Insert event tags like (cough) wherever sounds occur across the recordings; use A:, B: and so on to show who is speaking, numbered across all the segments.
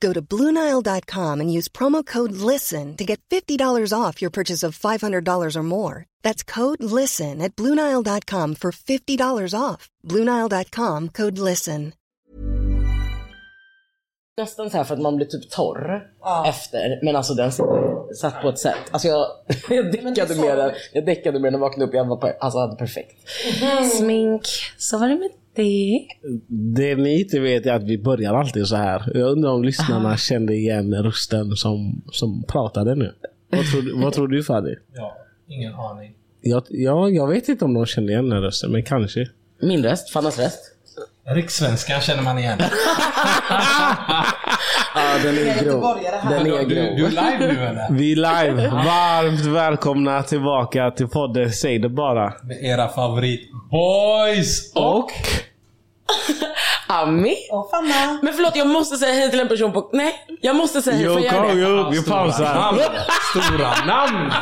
A: Go to BlueNile.com and use promo code LISTEN to get $50 off your purchase of $500 or more. That's code LISTEN at BlueNile.com for $50 off. BlueNile.com code LISTEN.
B: Nästan så här för att man blir typ torr efter, men alltså den sitter- satt på ett sätt. Alltså
C: (laughs)
B: jag, jag, däckade med den, jag däckade med den och vaknade upp. Jag var på, alltså hade perfekt.
C: Smink. Så var det med det.
D: Det ni inte vet är att vi börjar alltid så här. Jag undrar om lyssnarna kände igen rösten som, som pratade nu. Vad tror, du- vad tror du Fadi?
E: Ja, ingen aning.
D: Jag, ja, jag vet inte om de kände igen den rösten, men kanske.
B: Min röst, Fannas röst.
E: Rikssvenskan känner
C: (laughs)
E: man igen.
B: Ja, den är grov. Den är
E: Du, du är
B: grov.
E: live nu eller?
D: Vi är live. Varmt välkomna tillbaka till podden Säg det bara.
E: Med era favorit boys och...
D: Och?
C: (laughs) Ami.
F: Och Fanna.
C: Men förlåt, jag måste säga hej till en person på... Nej, jag måste säga hej.
D: Jo,
C: Får jag göra
D: kom,
C: det?
D: jo, vi pausar.
E: namn. Stora namn!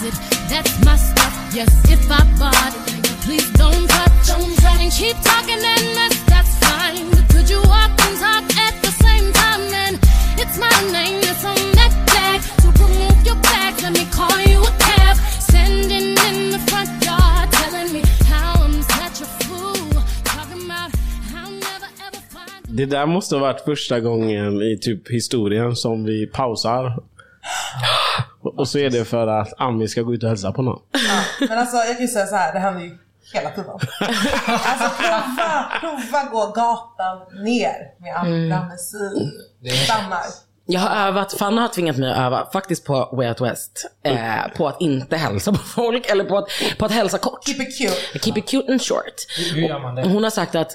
G: Mm. That's my stuff, yes, if I bought it. Please don't touch, don't touch. And keep talking and mess, that's fine. But could you walk and talk at the same time? And it's my name that's on that tag. To remove your back, let me call you a cab. Standing in the front yard, telling me how I'm such a fool. Talking about how I'll never ever find
D: Det där måste ha varit första gången i typ historien som vi pausar. Och och så är det för att Ami ska gå ut och hälsa på någon.
F: Men alltså jag kan ju säga så här, det händer ju hela tiden. Alltså prova, prova gå gatan ner med andra musik. Stannar.
C: Jag har övat, Fanna har tvingat mig att öva, faktiskt på Way Out West, eh, på att inte hälsa på folk eller på att, på att hälsa kort.
F: Keep it cute.
C: Keep it cute and short.
E: Hur gör man det?
C: Hon har sagt att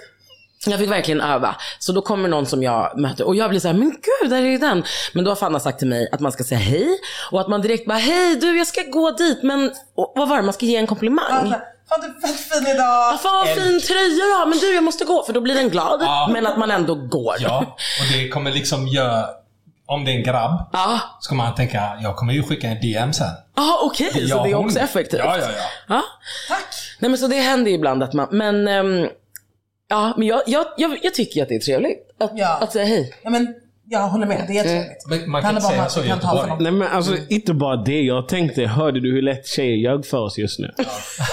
C: jag fick verkligen öva. Så då kommer någon som jag möter och jag blir så här, men gud, där är ju den. Men då har Fanna sagt till mig att man ska säga hej och att man direkt bara, hej du, jag ska gå dit, men och, vad var det, man ska ge en komplimang.
F: Alltså, Fan du är fett fin
C: Ja,
F: idag.
C: fan vad fin tröja du har, men du jag måste gå, för då blir den glad.
E: Ja.
C: Men att man ändå går.
E: Ja, och det kommer liksom göra... Om det är en grabb,
C: Ja,
E: så kommer han tänka jag kommer ju skicka en DM sen.
C: ja okej, så
E: Ja,
C: det är
E: hon-
C: också effektivt.
E: Ja, ja, ja.
C: Ja.
F: Tack.
C: Nej men så det händer ju ibland att man, men ehm, ja men jag, jag, jag, jag tycker ju att det är trevligt att,
F: Ja.
C: att säga hej.
F: Ja, men jag håller med, det är trevligt.
E: Men man
F: Det
E: kan
F: handlar
E: inte
F: bara om
E: säga
F: att
E: så
F: vi
E: i
F: kan ta för
E: Göteborg.
F: någon.
D: Nej men alltså
C: Mm.
D: inte bara det. Jag tänkte, hörde du hur lätt tjejer ljög för
C: (laughs)
D: oss just nu?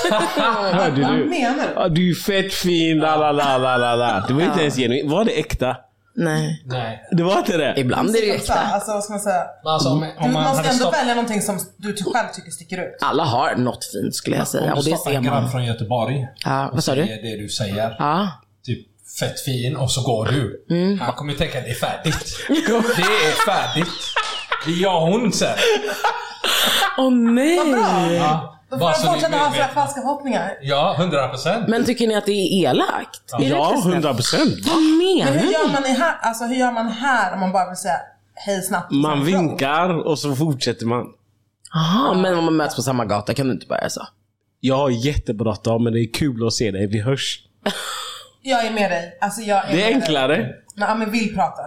D: hörde
F: Vad
D: du?
F: menar du?
D: Ja, du är fett fin, la la la la la la. Det var inte ens genuint. Var det äkta?
C: Nej.
E: Nej.
D: Det var inte det?
C: Ibland är det ju
F: Så,
C: äkta.
F: alltså vad ska man säga?
E: Men Alltså, om,
F: Du
E: om man
F: måste
E: hade
F: ändå
E: stoppat,
F: välja någonting som du ty- själv tycker sticker ut.
C: Alla har något fint skulle jag säga
E: om
C: och
E: du
C: det
E: stoppar
C: ser
E: en grabb
C: man.
E: från Göteborg
C: Ja, vad sa
E: det
C: du?
E: är det du säger.
C: Ja.
E: Typ fett fin och så går du.
C: Mm.
E: Han kommer ju tänka det är färdigt. Det är färdigt. Det är jag och hon sen.
C: Åh nej!
E: Ja,
F: Då får
E: bara
F: de
E: så ni
F: fortsätta
E: är
F: ha sådana
E: medvetna.
F: falska förhoppningar.
E: Ja, hundra procent.
C: Men tycker ni att det är elakt? Är det
D: Ja,
C: verkligen snällt?
D: 100 procent.
C: Vad menar
F: Men hur
C: ni?
F: gör man i här, alltså, hur gör man här om man bara vill säga hej snabbt?
D: Man vinkar och så fortsätter man.
C: Jaha, men om man möts på samma gata kan du inte bara göra så?
D: Jag har jättebråttom men det är kul att se dig. Vi hörs.
F: Jag är med dig. Alltså, jag är
D: Det är
F: med dig.
D: enklare.
F: Men Amin vill prata.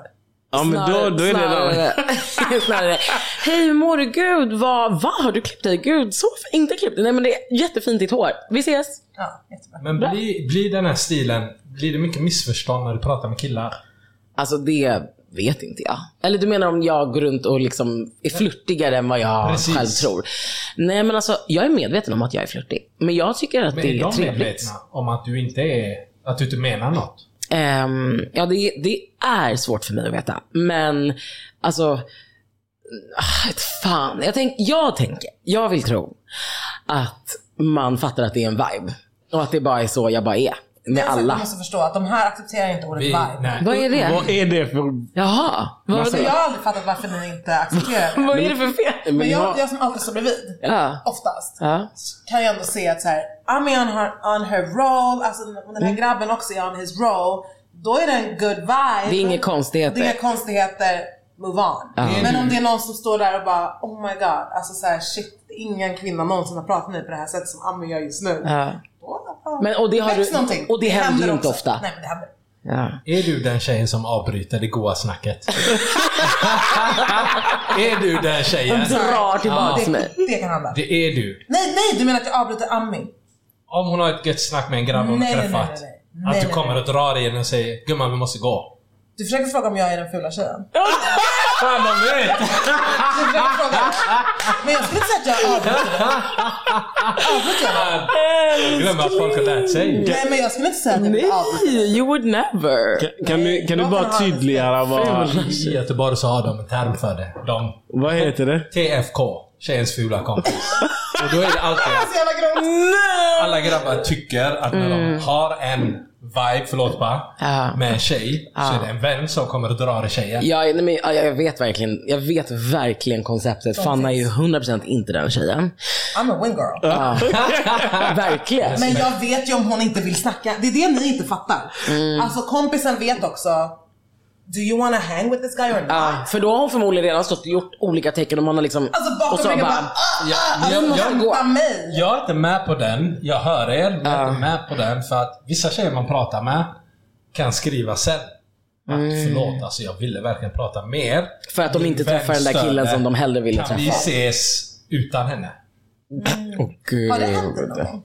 D: Ja men då, då är det...
C: (laughs) snarare, snarare. Hej hur mår du? Gud vad, vad har du klippt dig? Gud så f- inte klippt dig. Nej men det är jättefint ditt hår. Vi ses.
F: Ja, jättebra.
E: Men blir, blir den här stilen, blir det mycket missförstånd när du pratar med killar?
C: Alltså det vet inte jag. Eller du menar om jag går runt och liksom är flörtigare än vad jag
E: Precis.
C: själv tror? Nej men alltså jag är medveten om att jag är flörtig. Men jag tycker att
E: Men
C: det
E: är
C: är
E: de
C: trevligt.
E: medvetna om att du inte är, att du inte menar något?
C: Ehm, ja, det, det är svårt för mig att veta. Men alltså, ah, ett fan. Jag, tänk, jag tänker, jag vill tro att man fattar att det är en vibe. Och att det bara är så jag bara är. Med alla.
F: Du måste förstå att de här accepterar inte ordet
E: Vi,
F: vibe.
E: nej.
C: Vad är det?
D: Vad är det för...
C: Jaha, vad, var
F: Alltså,
C: det?
F: jag har aldrig fattat varför ni inte
C: (laughs)
F: accepterar det.
C: vad är det för fel?
F: Men jag, jag som alltid står bredvid,
C: Ja.
F: oftast,
C: Ja.
F: kan jag ändå se att så här, I'm on her, on her roll, alltså om
C: Mm.
F: den här grabben också är on his roll, då är det en good vibe.
C: Det är inga
F: Det är
C: konstigheter.
F: inga konstigheter, move on. Men om det är någon som står där och bara oh my god, alltså så här, shit, ingen kvinna någonsin har pratat med mig på det här sättet som Ami gör just nu.
C: Ja.
F: Då, ja.
C: Men- och det har
F: Väcks
C: du-
F: någonting.
C: och det händer ju inte
F: också.
C: ofta.
F: Nej men det händer.
C: Ja.
E: Är du den tjejen som avbryter det
F: (laughs)
E: goa snacket? är du den tjejen?
C: Drar tillbaks mig.
F: Det, det kan hända.
E: Det är du.
F: Nej, nej, du menar att jag avbryter Ami?
E: Om hon har ett gött snack med en grabb hon
F: Nej,
E: har
F: nej, nej,
E: träffat.
F: nej, nej. Nej,
E: Att
F: nej,
E: du kommer och drar i henne och säger “Gumman, vi måste gå”.
F: Du försöker fråga om jag är den
C: (laughs)
F: fula tjejen.
E: Fan, de vet!
F: Du försöker fråga. Men jag skulle inte säga att jag avbryter dig. Avbryter jag dig?
E: Jag glömmer att folk har lärt sig.
F: Nej, men jag skulle inte säga att jag vill avbryta dig.
C: Nej, you would never.
D: Kan, kan, du, kan du bara tydliggöra vad...
E: I Göteborg så har de en term för det. De
D: Vad heter det?
E: TFK, tjejens fula kompis. Och då är det alltid
F: Så jävla grovt.
E: alla grabbar tycker att när de har en vibe, förlåt bara,
C: Mm. Ja.
E: med en tjej så är det en vän som kommer och drar i tjejen.
C: Ja, nej, men, ja, jag vet verkligen, jag vet verkligen konceptet. Fanna är ju 100% inte den
F: (laughs)
C: tjejen.
F: I'm a win girl.
C: verkligen.
F: Men jag vet ju om hon inte vill snacka. Det är det ni inte fattar.
C: Mm.
F: Alltså kompisen vet också. Do you wanna hang with this guy or not?
C: Ja, för då har hon förmodligen redan stått och gjort olika tecken och man har liksom...
F: Alltså bakom ryggen bara, ah,
E: Ja,
F: ah, alltså,
E: jag-
F: du måste
E: jag-
F: gå. mig.
E: (laughs) Jag är inte med på den, jag hör er, men jag är inte med på den för att vissa tjejer man pratar med kan skriva sen. Att, Förlåt, alltså jag ville verkligen prata mer.
C: Mm. För att de
E: Min
C: inte
E: vän
C: träffar den där
E: störde.
C: killen som de hellre ville
E: Kan vi
C: träffa?
E: ses utan henne?
C: Åh, gud.
F: Har det hänt dig någon gång?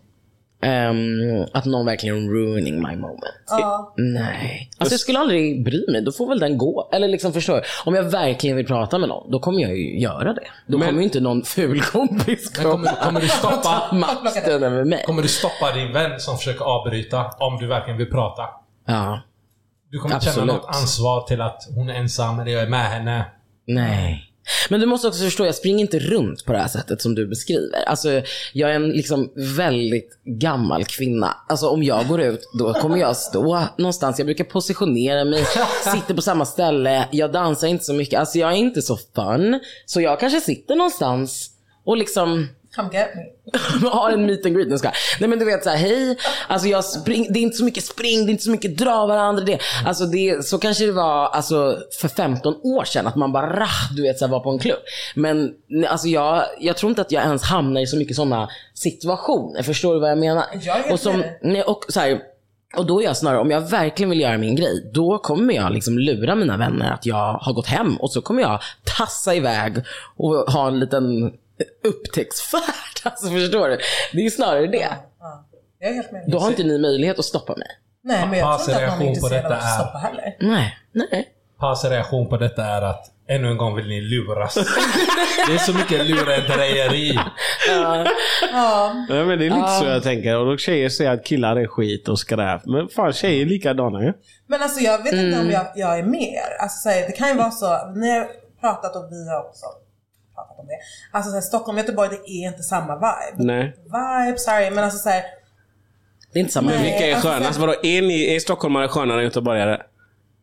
C: Ehm, att någon verkligen ruining my moment.
F: Ja.
C: Nej. Alltså jag skulle aldrig bry mig. Då får väl den gå. Eller liksom förstår du? Om jag verkligen vill prata med någon, då kommer jag ju göra det. Då kommer ju inte någon ful (laughs) kompis
E: Men kommer, kommer, du
C: ta
E: stoppa,
C: makten över mig.
E: kommer du stoppa din vän som försöker avbryta om du verkligen vill prata?
C: Ja.
E: Du kommer
C: Absolut.
E: känna något ansvar till att hon är ensam eller jag är med henne.
C: Nej. Men du måste också förstå, jag springer inte runt på det här sättet som du beskriver. Alltså, jag är en liksom väldigt gammal kvinna. Alltså, om jag går ut, då kommer jag stå någonstans. Jag brukar positionera mig, sitter på samma ställe. Jag dansar inte så mycket. Alltså, jag är inte så fun. Så jag kanske sitter någonstans och liksom
F: Come get
C: (laughs)
F: me.
C: har en meet and greet. Nu ska jag. Nej men du vet såhär, hej. Alltså jag spring, det är inte så mycket spring, det är inte så mycket dra varandra. Det. Alltså det, så kanske det var alltså, för 15 år sedan att man bara rah, du vet, så här, var på en klubb. Men nej, alltså, jag, jag tror inte att jag ens hamnar i så mycket sådana situationer. Förstår du vad jag menar?
F: Jag är helt
C: och, som,
F: med dig.
C: nej, och, så här, och då är jag snarare, om jag verkligen vill göra min grej, då kommer jag liksom lura mina vänner att jag har gått hem och så kommer jag tassa iväg och ha en liten upptäcktsfärd. (laughs) Alltså förstår du? Det är ju snarare det.
F: Ja, jag är helt med.
C: Då har inte ni möjlighet att stoppa mig.
F: Nej, men jag
E: Hans
F: tror inte att någon
E: reaktion
F: är
E: på
F: intresserad av
E: detta
F: att
E: är-
F: stoppa heller.
C: Nej. Nej.
E: Hans reaktion på detta är att ännu en gång vill ni luras. det är så mycket lurendrejeri.
F: Ja,
D: Nej, men det är lite så jag tänker. Och då tjejer säger att killar är skit och skräp. Men fan tjejer är likadana ju.
F: men alltså jag vet inte
D: Mm.
F: om jag, jag är med er. Alltså, så här, det kan ju vara så, ni har pratat och vi har också pratat om det. Alltså så här, Stockholm och Göteborg, det är inte samma vibe.
D: Nej.
F: Vibe, sorry, men alltså så här,
C: Det är inte samma.
F: Nej.
D: Vilka är
F: alltså,
D: skönast? Vadå, är, ni, är stockholmare skönare än göteborgare?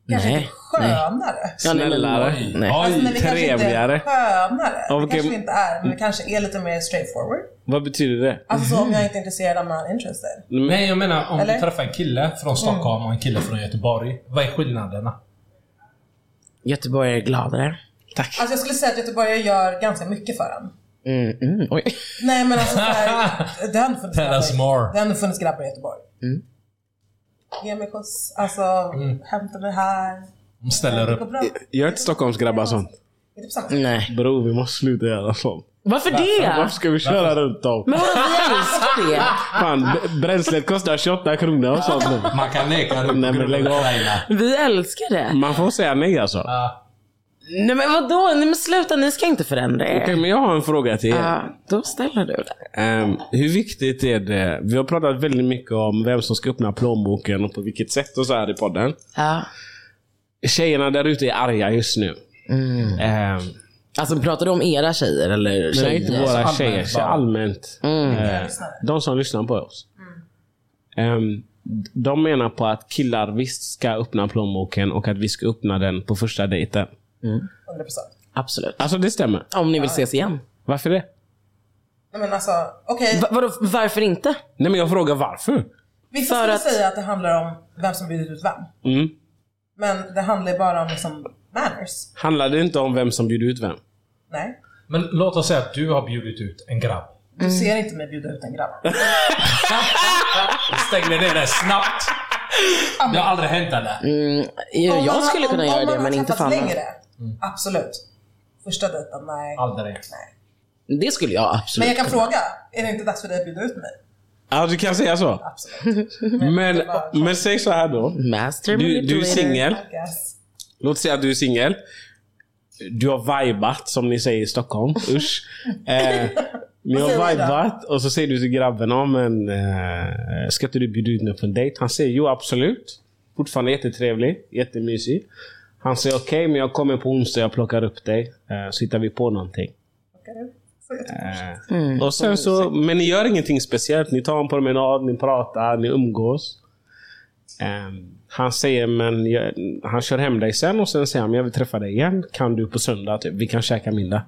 F: Kanske
C: Nej,
F: inte skönare. Alltså,
C: Ja, nej, men-
D: Snällare.
C: Nej.
E: Oj.
F: Men det
D: Trevligare.
F: kanske inte är skönare.
D: Okej.
F: Det kanske det inte är, men det kanske är lite mer straightforward.
D: Vad betyder det?
F: Alltså så om
D: Mm.
F: jag inte är intresserad, I'm not interested.
E: Nej, jag menar om
F: Eller?
E: du träffar en kille från Stockholm och en kille från Göteborg. Vad är skillnaderna?
C: Göteborg är gladare.
F: Alltså jag skulle säga att göteborgare gör ganska mycket för en.
C: Mm, mm, oj.
F: Nej men alltså såhär,
E: (laughs)
F: det har ändå funnits
E: Tell us
F: grabbar i-
E: more.
F: Det har ändå funnits grabbar i Göteborg.
C: Mm.
F: Ge mig skjuts, alltså
E: Mm.
F: hämta mig här.
E: De ställer
F: Det
E: upp.
F: går bra.
D: Gör inte Stockholmsgrabbar sånt.
F: Är det på samma sätt?
C: Nej.
D: Bro, vi måste sluta göra sånt.
C: Varför det?
D: Varför ska vi köra runt dem?
C: Men vadå, vi älskar det.
D: Fan, b- bränslet kostar 28 kronor och sånt nu.
E: Man kan leka runt
D: Nej, men
E: gruppen
D: lägg av.
E: Ukraina.
C: Vi älskar det.
D: Man får säga nej alltså. Okej,
E: Ja.
C: Nej men vadå? Nej men sluta, ni ska inte förändra er.
D: men jag har en fråga till er.
C: Ja, då ställer du det.
D: Ehm, hur viktigt är det? Vi har pratat väldigt mycket om vem som ska öppna plånboken och på vilket sätt och så här i podden.
C: Ja.
D: Tjejerna där ute är arga just nu. Ehm,
C: Alltså pratar du om era tjejer eller tjejer?
D: nej, inte våra
E: allmänt
D: tjejer.
E: bara.
D: allmänt. Ehm, de som lyssnar på oss. Ehm, de menar på att killar visst ska öppna plånboken och att vi ska öppna den på första dejten.
F: 100%.
C: Absolut.
D: Alltså det stämmer.
C: Om ni vill ses igen.
D: Varför det?
F: Nej men alltså, okej.
C: Va- vadå, varför inte?
D: Nej men jag frågar varför.
F: Vissa
C: För
F: skulle
C: att-
F: säga att det handlar om vem som bjudit ut vem.
D: Mm.
F: Men det handlar ju bara om liksom manners.
D: Handlar det inte om vem som bjuder ut vem?
F: Nej.
E: Men låt oss säga att du har bjudit ut en grabb.
F: Du
C: Mm.
F: ser inte mig bjuda ut en grabb.
E: Jag stängde ner det snabbt. Det har aldrig hänt eller?
C: Jag,
F: Om man
C: jag
F: har-
C: skulle
F: om-
C: kunna
F: om
C: göra
F: man
C: det
F: har
C: men inte
F: träffats
C: fan.
F: längre. Absolut. Första dejten, nej.
E: Mm. Aldrig.
C: Det skulle jag absolut.
F: Men jag kan fråga, är det inte dags för dig att bjuda ut mig?
D: Ja, du kan säga så.
F: Absolut.
D: Men, men säg så här då.
C: Master
D: Du, du är
C: manipulator.
D: singel.
F: I guess.
D: Låt säga att du är singel. Du har vibat, som ni säger i Stockholm.
F: (laughs)
D: Usch. Eh, ni
F: Vad säger
D: har
F: vi då?
D: vibat och så säger du till grabben, ja men eh, ska inte du bjuda ut mig på en dejt? Han säger, jo absolut. Fortfarande jättetrevlig, jättemysig. Han säger, okej men jag kommer på onsdag, jag plockar upp dig. Eh, så hittar vi på någonting. Eh, och sen så,
F: Mm.
D: men ni gör ingenting speciellt. Ni tar en promenad, ni pratar, ni umgås. Ehm, han säger, men jag, han kör hem dig sen och sen säger han, men jag vill träffa dig igen. Kan du på söndag? Typ. Vi kan käka middag.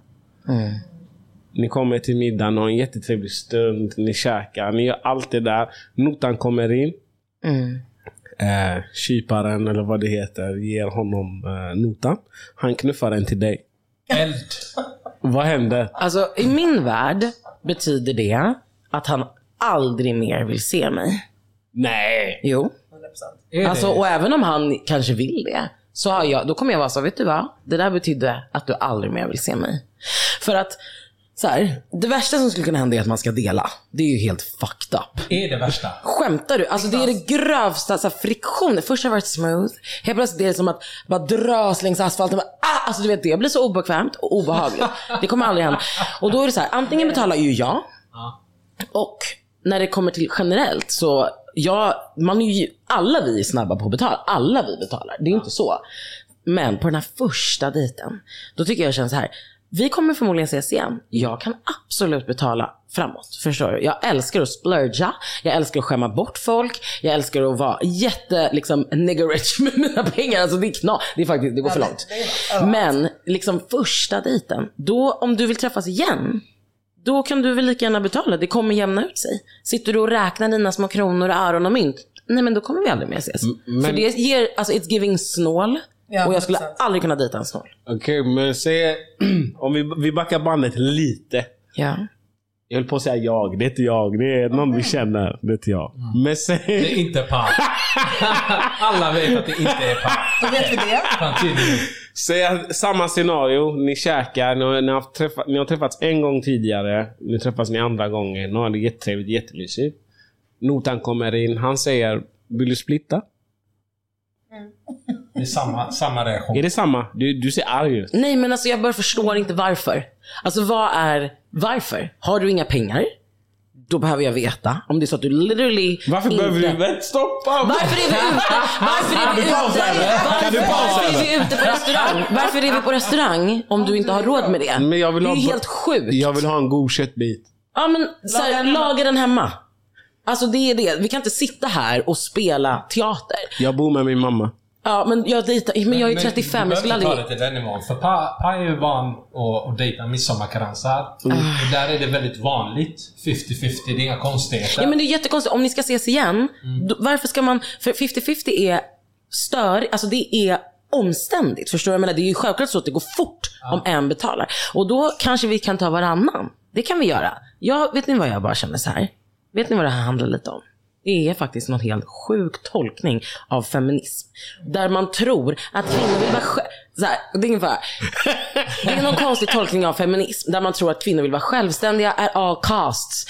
D: Ni kommer till middagen, har en jättetrevlig stund, ni käkar, ni gör allt det där. Notan kommer in. Eh, kyparen, eller vad det heter, ger honom eh, notan. Han knuffar den till dig.
E: Eld.
D: Vad händer?
C: Alltså i min värld betyder det att han aldrig mer vill se mig.
D: Nej!
C: Jo.
F: 100%.
E: Är det?
C: Alltså, och även om han kanske vill det, så har jag, då kommer jag vara så, vet du vad? Det där betydde att du aldrig mer vill se mig. För att, så här, det värsta som skulle kunna hända är att man ska dela. Det är ju helt fucked up.
E: är det värsta?
C: Skämtar du? Alltså det är det grövsta, så här, friktion. Först har det varit smooth, helt plötsligt är det som att bara dras längs asfalten. Bara, ah! Alltså du vet, det blir så obekvämt och obehagligt. Det kommer aldrig hända. Och då är det så här, antingen betalar ju jag. Och när det kommer till generellt så, jag, man är ju, alla vi är snabba på att betala. Alla vi betalar. Det är ju inte så. Men på den här första dejten, då tycker jag känns så här. Vi kommer förmodligen ses igen. Jag kan absolut betala framåt. Förstår du? Jag älskar att splurga. Jag älskar att skämma bort folk. Jag älskar att vara jätte, liksom, nigger rich med mina pengar. Alltså det är knas. Det är faktiskt, det går för
F: Ja,
C: långt.
F: det- det är- ja.
C: Men liksom första dejten, då om du vill träffas igen, då kan du väl lika gärna betala. Det kommer jämna ut sig. Sitter du och räknar dina små kronor, öron och mynt, nej men då kommer vi aldrig mer ses. För det ger, alltså it's giving snål.
F: Ja,
C: och jag skulle
F: 100%.
C: aldrig kunna dejta en snål.
D: Okej, men säg... (clears throat) om vi, vi backar bandet lite.
C: Ja.
D: Jag höll på att säga jag. Det är inte jag. Det är någon vi känner. Det är inte jag.
C: Mm.
D: Men
E: Det
D: säg... (laughs)
E: är inte pan. Alla vet att det inte är pan.
F: Då vet vi det.
E: Fan tydligen.
D: Säg att samma scenario. Ni käkar, ni har, ni, har träffat, ni har träffats en gång tidigare. Nu träffas ni andra gången. Nu har det jättetrevligt, jättemysigt. Notan kommer in. Han säger, vill du splitta?
E: Det är samma, samma reaktion.
D: Är det samma? Du, du ser arg ut.
C: Nej men alltså jag bara förstår inte varför. Alltså vad är varför? Har du inga pengar? Då behöver jag veta. Om det är så att du literally
D: Varför
C: inte...
D: behöver du... Vänta, Stoppa!
C: Varför är vi ute? Varför är vi ute?
D: pausa eller? Kan du pausa
C: Varför är vi
D: eller?
C: ute på restaurang? Varför är vi på restaurang om du inte har råd med det?
D: Men jag vill
C: det är
D: ha-
C: ju helt sjukt.
D: Jag vill ha en god köttbit.
C: Ja men så här, laga den hemma. Alltså det är det. Vi kan inte sitta här och spela teater.
D: Jag bor med min mamma.
C: Ja, men jag dejtar, men jag är 35,
E: du
C: jag skulle
E: behöver
C: aldrig...
E: inte ta det till den nivån. För Pa pa är ju van att att dejta midsommarkransar.
F: Mm.
E: Och där är det väldigt vanligt. 50-50, det är inga konstigheter.
C: Ja, men det är jättekonstigt. Om ni ska ses igen,
E: Mm.
C: då, varför ska man... För 50-50 är stör, alltså det är omständigt. Förstår du? Jag menar, det är ju självklart så att det går fort om en betalar. Och då kanske vi kan ta varannan. Det kan vi göra. Jag, vet ni vad jag bara känner så här? Vet ni vad det här handlar lite om? Det är faktiskt någon helt sjuk tolkning av feminism. Där man tror att kvinnor vill vara själv... Så här, det, är ingen fara. det är någon konstig tolkning av feminism. Där man tror att kvinnor vill vara självständiga, är outcasts.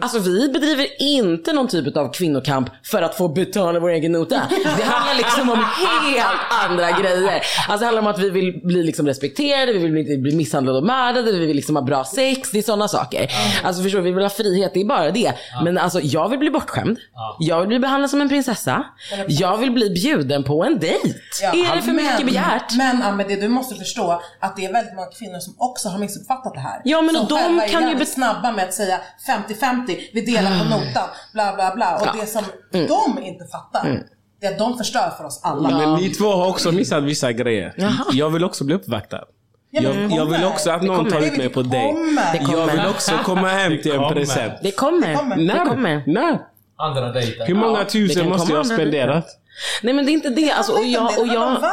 C: Alltså vi bedriver inte någon typ av kvinnokamp för att få betala vår egen nota. Det handlar liksom om helt andra grejer. Alltså det handlar om att vi vill bli liksom respekterade, vi vill inte bli misshandlade och mördade, vi vill liksom ha bra sex. Det är sådana saker. Alltså förstår du, vi vill ha frihet, det är bara det. Men alltså jag vill bli bortskämd. Jag vill bli behandlad som en prinsessa. Jag vill bli bjuden på en dejt.
F: Ja,
C: är det för
F: men-
C: mycket begärt?
F: Men Amelie, du måste förstå att det är väldigt många kvinnor som också har missuppfattat det här.
C: Ja, men
F: som
C: de
F: själva är
C: kan ju
F: jävligt
C: bet-
F: snabba med att säga 50-50, vi delar på notan, bla bla bla. Och det som
C: Mm.
F: de inte fattar, det är att de förstör för oss alla.
D: Men ni två har också missat vissa grejer. Jag vill också bli uppvaktad.
F: Ja, men det
D: Jag, jag vill
F: kommer.
D: också att någon tar ut mig på
F: Det
D: dig.
F: kommer.
D: Jag vill också komma hem till en
E: kommer.
D: present.
C: Det kommer. Det kommer.
D: När? När?
E: Andra dejten.
F: Mm.
D: Hur många
C: det
D: tusen
C: kan
D: måste
C: komma
D: jag ha
C: andra
D: spenderat?
C: Nej men det är inte det. Alltså, och jag, Mm. och
F: Det
C: jag,
F: handlar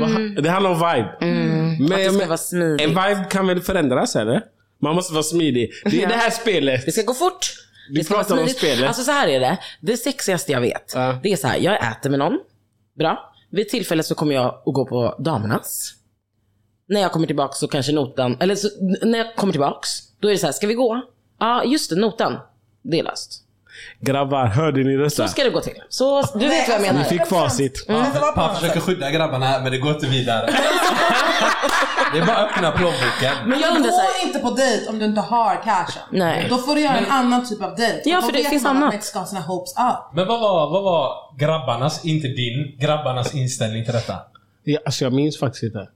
F: om vibe.
D: Det handlar om vibe. Men,
C: Mm. det ska
D: men,
C: vara smidigt.
D: En vibe kan väl förändras eller? Man måste vara smidig. Det är
C: Ja.
D: det här spelet.
C: det ska gå fort.
D: Du
C: det ska vara
D: pratar om
C: smidigt.
D: spelet.
C: Alltså så här är det. Det sexigaste jag vet,
D: Ja.
C: det är så här. Jag äter med någon. Bra. Vid tillfälle så kommer jag att gå på damernas. När jag kommer tillbaka så kanske notan, eller så, n- när jag kommer tillbaks, då är det så här, ska vi gå? Ja, just det, notan. Det är löst.
D: Grabbar, hörde ni detta?
C: Så ska det gå till. Så du vet vad
F: Nej,
C: jag
F: alltså,
C: menar.
D: Ni fick facit.
F: Det var på
E: Pappa
F: något sätt.
E: försöker skydda grabbarna här men det går
F: (laughs)
E: inte vidare. det är bara att öppna plånboken.
C: Men jag
F: Gå
C: undrar så här,
F: inte på dejt om du inte har cashen.
C: Nej.
F: Då får du göra en annan typ av dejt.
C: Ja,
F: Då
C: för det
F: vet
C: finns
F: man att
C: annat.
F: man inte ska ha sina hopes up.
E: Men vad var, vad var grabbarnas, inte din, grabbarnas inställning till detta?
D: Ja, alltså jag minns faktiskt inte.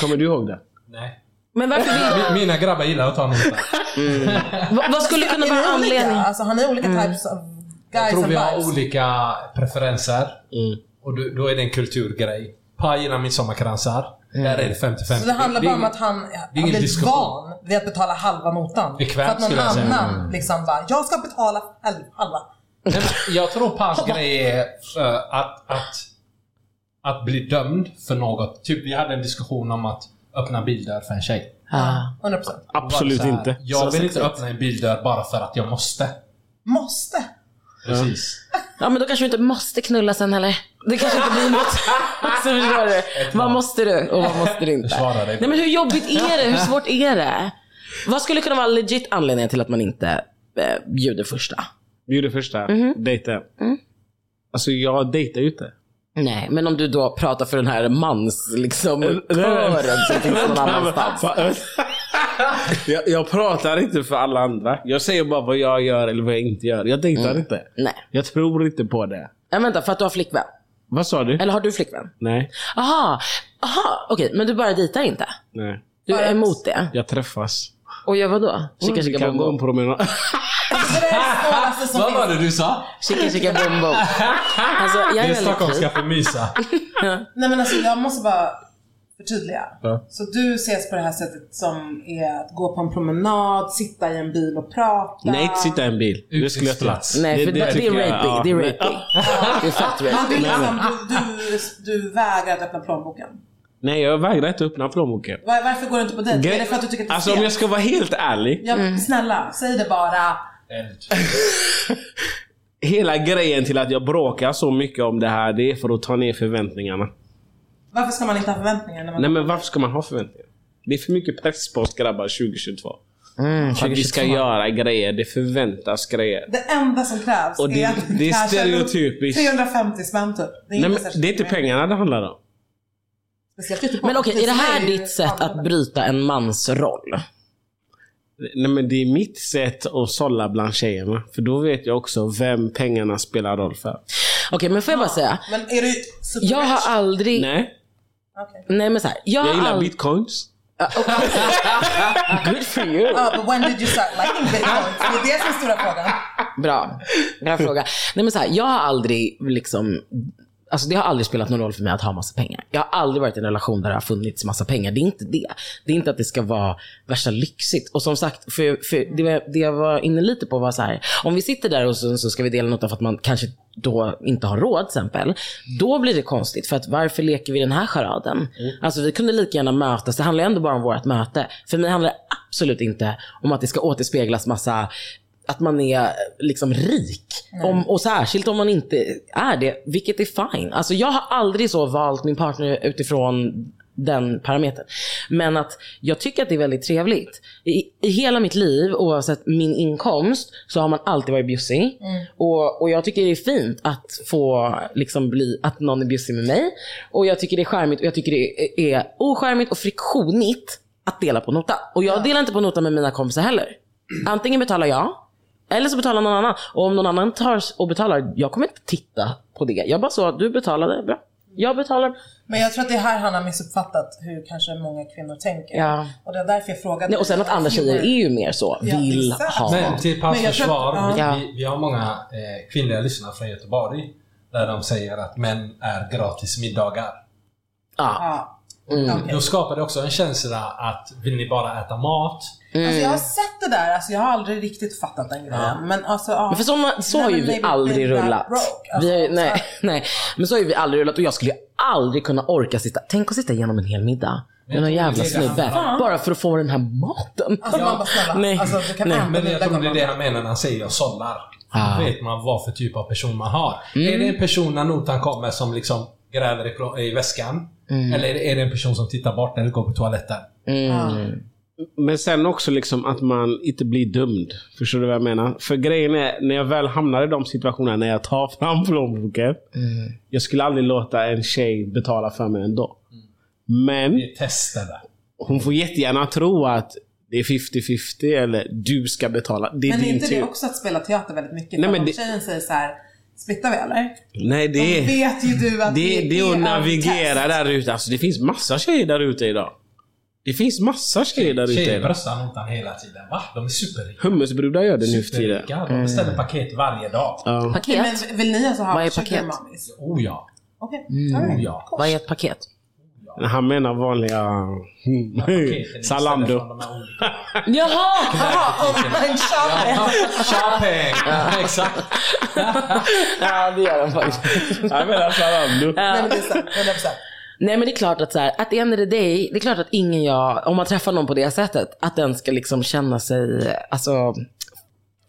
D: Kommer du ihåg det?
E: Nej.
C: men varför vill,
E: Mi- Mina grabbar gillar att
F: (laughs)
E: ta notan.
D: (laughs)
C: vad, vad skulle kunna
F: Är
C: vara Mm.
F: ni olika?
C: anledningen?
F: Alltså har ni olika types of
E: Jag
F: guys
E: tror
F: and
E: vi har
F: vibes?
E: olika preferenser.
F: Mm.
E: Och då, då är det en kulturgrej. Pa gillar midsommarkransar. Där är det 50-50.
F: Mm. Så det handlar bara om
E: ingen-
F: att han
E: det är
F: har
E: ingen
F: blivit
E: diskussion.
F: van vid att betala halva notan.
E: Bekvämt
F: för att någon
E: skulle jag säga. Mm.
F: annan liksom bara, jag ska betala halv- halva.
E: Nej, men jag tror Pans grej är eh, att, att, att bli dömd för något. Typ vi hade en diskussion om att öppna bildörr för en tjej.
F: 100%.
D: Absolut
E: Så här,
D: inte.
E: Jag
D: Så
E: vill inte öppna en bildörr bara för att jag måste.
F: Måste.
E: Precis.
C: Ja men då kanske du inte måste knulla sen heller. Det kanske inte blir (laughs) något. Så förstår du? Vad måste du och vad måste du inte?
E: Försvara dig.
C: Nej men hur jobbigt är det? Hur svårt är det? Vad skulle kunna vara legit anledningen till att man inte eh, bjuder första?
D: Vi gjorde första
C: Mhm.
D: dejten.
C: Mm.
D: Alltså jag dejtar ju inte.
C: Nej, men om du då pratar för den här mans liksom kören som
E: (laughs)
C: finns någon annanstans.
D: jag, jag pratar inte för alla andra. Jag säger bara vad jag gör eller vad jag inte gör. Jag dejtar inte.
C: Nej.
D: Jag tror inte på det.
C: Ja, vänta, för att du har flickvän?
D: Vad sa du?
C: Eller har du flickvän?
D: Nej.
C: Aha, aha, okej, men du bara dejtar inte?
D: Nej.
C: Du är emot det?
D: Jag träffas.
C: Och jag vadå? Chicka
D: vi
C: chicka
D: kan gå en
C: bombo?
D: promenad.
F: Det är det snålaste som
E: Vad var
F: Alltså, finns.
E: det du sa?
C: Chicka chicka bombo. Alltså, jag
E: Det
C: är
E: är
C: väldigt kul.
E: stockholmska
F: (laughs)
E: för mysa.
F: Nej men alltså jag måste bara förtydliga. Så du ses på det här sättet som är att gå på en promenad, sitta i en bil och
E: Mm.
F: prata.
D: Nej, inte sitta i en bil. Det skulle jag ta.
E: Utsiktsplats.
C: Nej, för det, det,
D: tycker
C: är
D: jag,
C: raping.
D: ja.
C: Det är
D: Men-
C: raping. Det är fett
F: Men du,
C: raping.
E: Mm.
F: liksom, du, du, du vägrar att öppna plånboken.
D: Nej, jag vägrar inte öppna plånboken.
F: Var, varför går du inte på dejt? Är det för att du tycker att det är
D: Alltså om
F: fel?
D: jag ska vara helt ärlig.
F: Ja, Snälla, säg det bara.
D: Hela grejen till att jag bråkar så mycket om det här, det är för att ta ner förväntningarna.
F: Varför ska man inte ha förväntningar? När man...
D: Nej men varför ska man ha förväntningar? Det är för mycket press på oss grabbar 2022. Att Mm, vi ska göra grejer, det förväntas grejer.
F: Det enda som krävs
D: Och det-
F: är att
D: det är
F: casha runt
D: stereotypiskt.
F: 350 spänn typ. Det är,
D: Nej,
F: inte
D: men
F: särskilt
D: det är inte
F: mycket.
D: pengarna det handlar om.
F: Speciellt inte på
C: Men okej, är det här
F: ju-
C: ditt sätt att bryta en mans roll?
D: Nej men det är mitt sätt att sålla bland tjejerna. För då vet jag också vem pengarna spelar roll för.
C: Okej, men får jag bara säga.
F: Men är du super
C: Jag har aldrig... Nej,
D: Nej,
C: men så här, jag
D: jag
C: har
D: gillar
C: aldrig...
D: bitcoins.
C: Good for you.
F: Ja, but when did you start liking
C: (laughs)
F: bitcoins? Det är det som är stora frågan.
C: Bra. Bra fråga. Nej, men så här, jag har aldrig liksom Alltså det har aldrig spelat någon roll för mig att ha massa pengar. Jag har aldrig varit i en relation där det har funnits massa pengar. Det är inte det. Det är inte att det ska vara värsta lyxigt. Och som sagt, för, för det, var- det jag var inne lite på var så här. om vi sitter där och så, så ska vi dela något för att man kanske då inte har råd till exempel. Då blir det konstigt, för att varför leker vi den här charaden? Alltså vi kunde lika gärna mötas. Det handlar ju ändå bara om vårt möte. För mig handlar det absolut inte om att det ska återspeglas massa att man är liksom rik. Om, och särskilt om man inte är det, vilket är fine. Alltså jag har aldrig så valt min partner utifrån den parametern. Men att jag tycker att det är väldigt trevligt. I, I hela mitt liv, oavsett min inkomst, så har man alltid varit bjussig. Och, och jag tycker det är fint att få liksom bli, att någon är bjussig med mig. Och jag tycker det är charmigt och jag tycker det är, är ocharmigt och friktionigt att dela på nota. Och jag delar inte på nota med mina kompisar heller. Antingen betalar jag, eller så betalar någon annan. Och om någon annan tar och betalar, jag kommer inte titta på det. Jag bara så, du betalade, bra. Jag betalar.
F: Men jag tror att det är här han har missuppfattat hur kanske många kvinnor tänker.
C: Ja.
F: Och det var därför jag frågade.
C: Nej, och sen att andra tjejer är ju mer så,
F: Ja,
C: vill
F: exakt.
C: ha.
E: Men till Pans
F: Men jag tror-
E: försvar,
C: ja.
E: vi, vi har många eh, kvinnliga lyssnare från Göteborg där de säger att män är gratis middagar.
C: ja.
F: Ja.
C: Mm.
F: Okej.
E: Då skapar det också en känsla att vill ni bara äta mat?
C: Mm.
F: Alltså jag har sett det där, alltså jag har aldrig riktigt fattat den grejen. Men alltså, ja.
C: Men för såna, så
F: Nej,
C: har ju
F: men
C: vi
F: maybe
C: aldrig
F: we're not
C: rullat.
F: broke, alltså.
C: Vi har, ju- nej, (laughs) nej. Men så har ju vi aldrig rullat och jag skulle ju aldrig kunna orka sitta, tänk att sitta igenom en hel middag med någon jävla
E: det är det
C: snubbe. Bara för att få den här maten.
F: Alltså man bara snälla,
C: Nej.
F: alltså, du kan
C: Nej.
F: äta
E: Men jag
F: middag
E: tror det är
F: om
E: det
F: man-
E: han menar när han säger jag sållar.
C: Ah.
E: Då vet man vad för typ av person man har.
D: Mm.
E: Är det en person när notan kommer som liksom gräver i, plå- i väskan?
D: Mm.
E: Eller är det, är det en person som tittar bort när du går på toaletten?
C: Mm.
D: Men sen också liksom att man inte blir dömd. Förstår du vad jag menar? För grejen är, när jag väl hamnar i de situationerna när jag tar fram (laughs) plånboken.
F: Mm.
D: Jag skulle aldrig låta en tjej betala för mig ändå. Men
E: Det är tester där.
D: hon får jättegärna tro att det är 50-50 eller du ska betala. Det är
F: Men är
D: din
F: inte
D: tur.
F: det också att spela teater väldigt mycket?
D: Nej,
F: Nej,
D: men det-
F: Tjejen säger så här, splittar vi eller?
D: Nej, det
F: Det
D: är...
F: vet ju du att
D: Det, det är att
F: en
D: navigera
F: test.
D: där ute. Alltså, det finns massa tjejer där ute idag. Det finns massa tjejer där ute
E: Tjejer
D: idag.
E: bröstar notan hela tiden. Va? De är superrika.
D: Hummusbrudar gör det nu för tiden.
E: Superrika. De beställer paket varje dag.
D: Ja.
C: Paket?
F: Men vill ni alltså ha
C: Vad är
F: sugar
C: paket?
F: mummies?
E: Oh ja.
F: Okej.
E: Oh
D: Mm.
F: alright.
E: ja.
C: Vad är ett paket?
D: Han menar vanliga... (laughs)
E: Paketen istället
D: Salando.
E: från de här olika-
C: Jaha!
F: Jaha, online shopping.
E: Shopping!
D: (laughs)
E: Exakt.
C: Ja, det gör de faktiskt.
D: Han menar salando.
F: Nej men det är så, 100%.
C: Nej men det är klart att så här, at the end of the day, det är klart att ingen jag, om man träffar någon på det sättet, att den ska liksom känna sig alltså,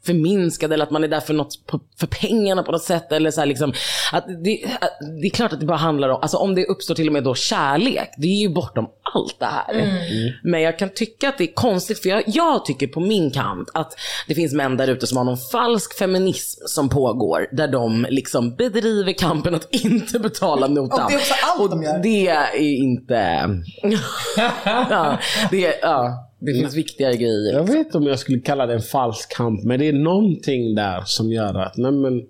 C: förminskad eller att man är där för, något, på- för pengarna på något sätt. Eller så här, liksom, att det, att, det är klart att det bara handlar om, alltså, om det uppstår till och med då kärlek, det är ju bortom allt det här.
F: Mm.
C: Men jag kan tycka att det är konstigt, för jag, jag tycker på min kant att det finns män där ute som har någon falsk feminism som pågår, där de liksom bedriver kampen att inte betala notan.
F: Och det är också allt
C: Och
F: de gör.
C: Det är inte...
F: (laughs)
C: ja, det, ja, det finns viktigare grejer.
D: Jag vet inte om jag skulle kalla det en falsk kamp, men det är någonting där som gör att, nej men,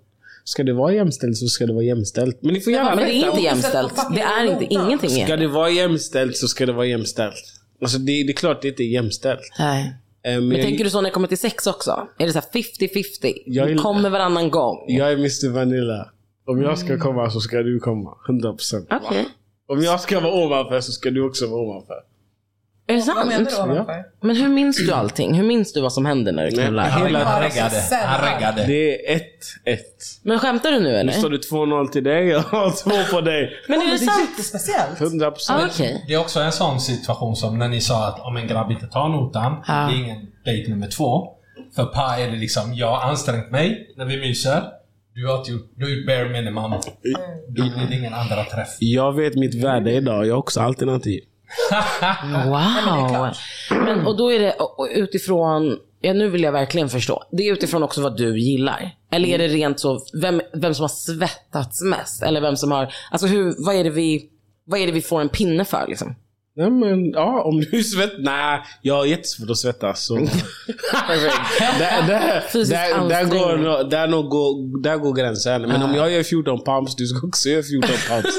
D: ska det vara jämställt så ska det vara jämställt. Men ni får gärna
C: Men det är
D: berätta.
C: inte jämställt. Det är inte, ingenting
D: Ska
C: är
D: det vara jämställt så ska det vara jämställt. Alltså det, det är klart det inte är jämställt.
C: Nej.
D: Eh,
C: Men
D: jag-
C: tänker du så när det kommer till sex också? Är det så här 50-50?
D: Jag
C: Jag
D: är-
C: kommer varannan gång?
D: Jag är Mr Vanilla. Om jag
C: Mm.
D: ska komma så ska du komma. 100%. va?
C: Okej.
D: Om jag ska vara ovanför så ska du också vara ovanför.
C: Är det
F: Vad menar
C: sant?
F: du ovanför?
C: Men hur minns
D: Mm.
C: du allting? Hur minns du vad som händer när du knullar?
D: hela-
E: Han reggade. Han reggade.
D: Det är 1-1.
C: Men skämtar du nu
D: Nu
C: eller?
D: står det 2-0 till dig och 2 på dig.
C: Men är det
F: Det är
C: sant?
F: jättespeciellt.
D: 100%.
C: Ah, Okej.
E: Det är också en sån situation som när ni sa att om en grabb inte tar notan,
C: Ja.
E: det är ingen dejt nummer två. För Pa är det liksom, jag har ansträngt mig när vi myser. Du har inte gjort, du har gjort bare minimum. Då blir det ingen andra träff.
D: Jag vet mitt värde idag. Jag har också alternativ.
C: Wow. Men, och då är det och- och utifrån, ja, nu vill jag verkligen förstå. Det är utifrån också vad du gillar. Eller är det
D: Mm.
C: rent så, vem, vem som har svettats mest? Eller vem som har, alltså hur, vad är det vi, vad är det vi får en pinne för liksom?
D: Nej men, ja om du (laughs) svettas. Nej, jag har jättesvårt att svettas. Så. där, där,
C: Fysisk
D: där, där,
C: ansträngning.
D: går, nå- där, nog går, där går gränsen. Men om jag gör 14 pumps, du ska också göra 14 pumps.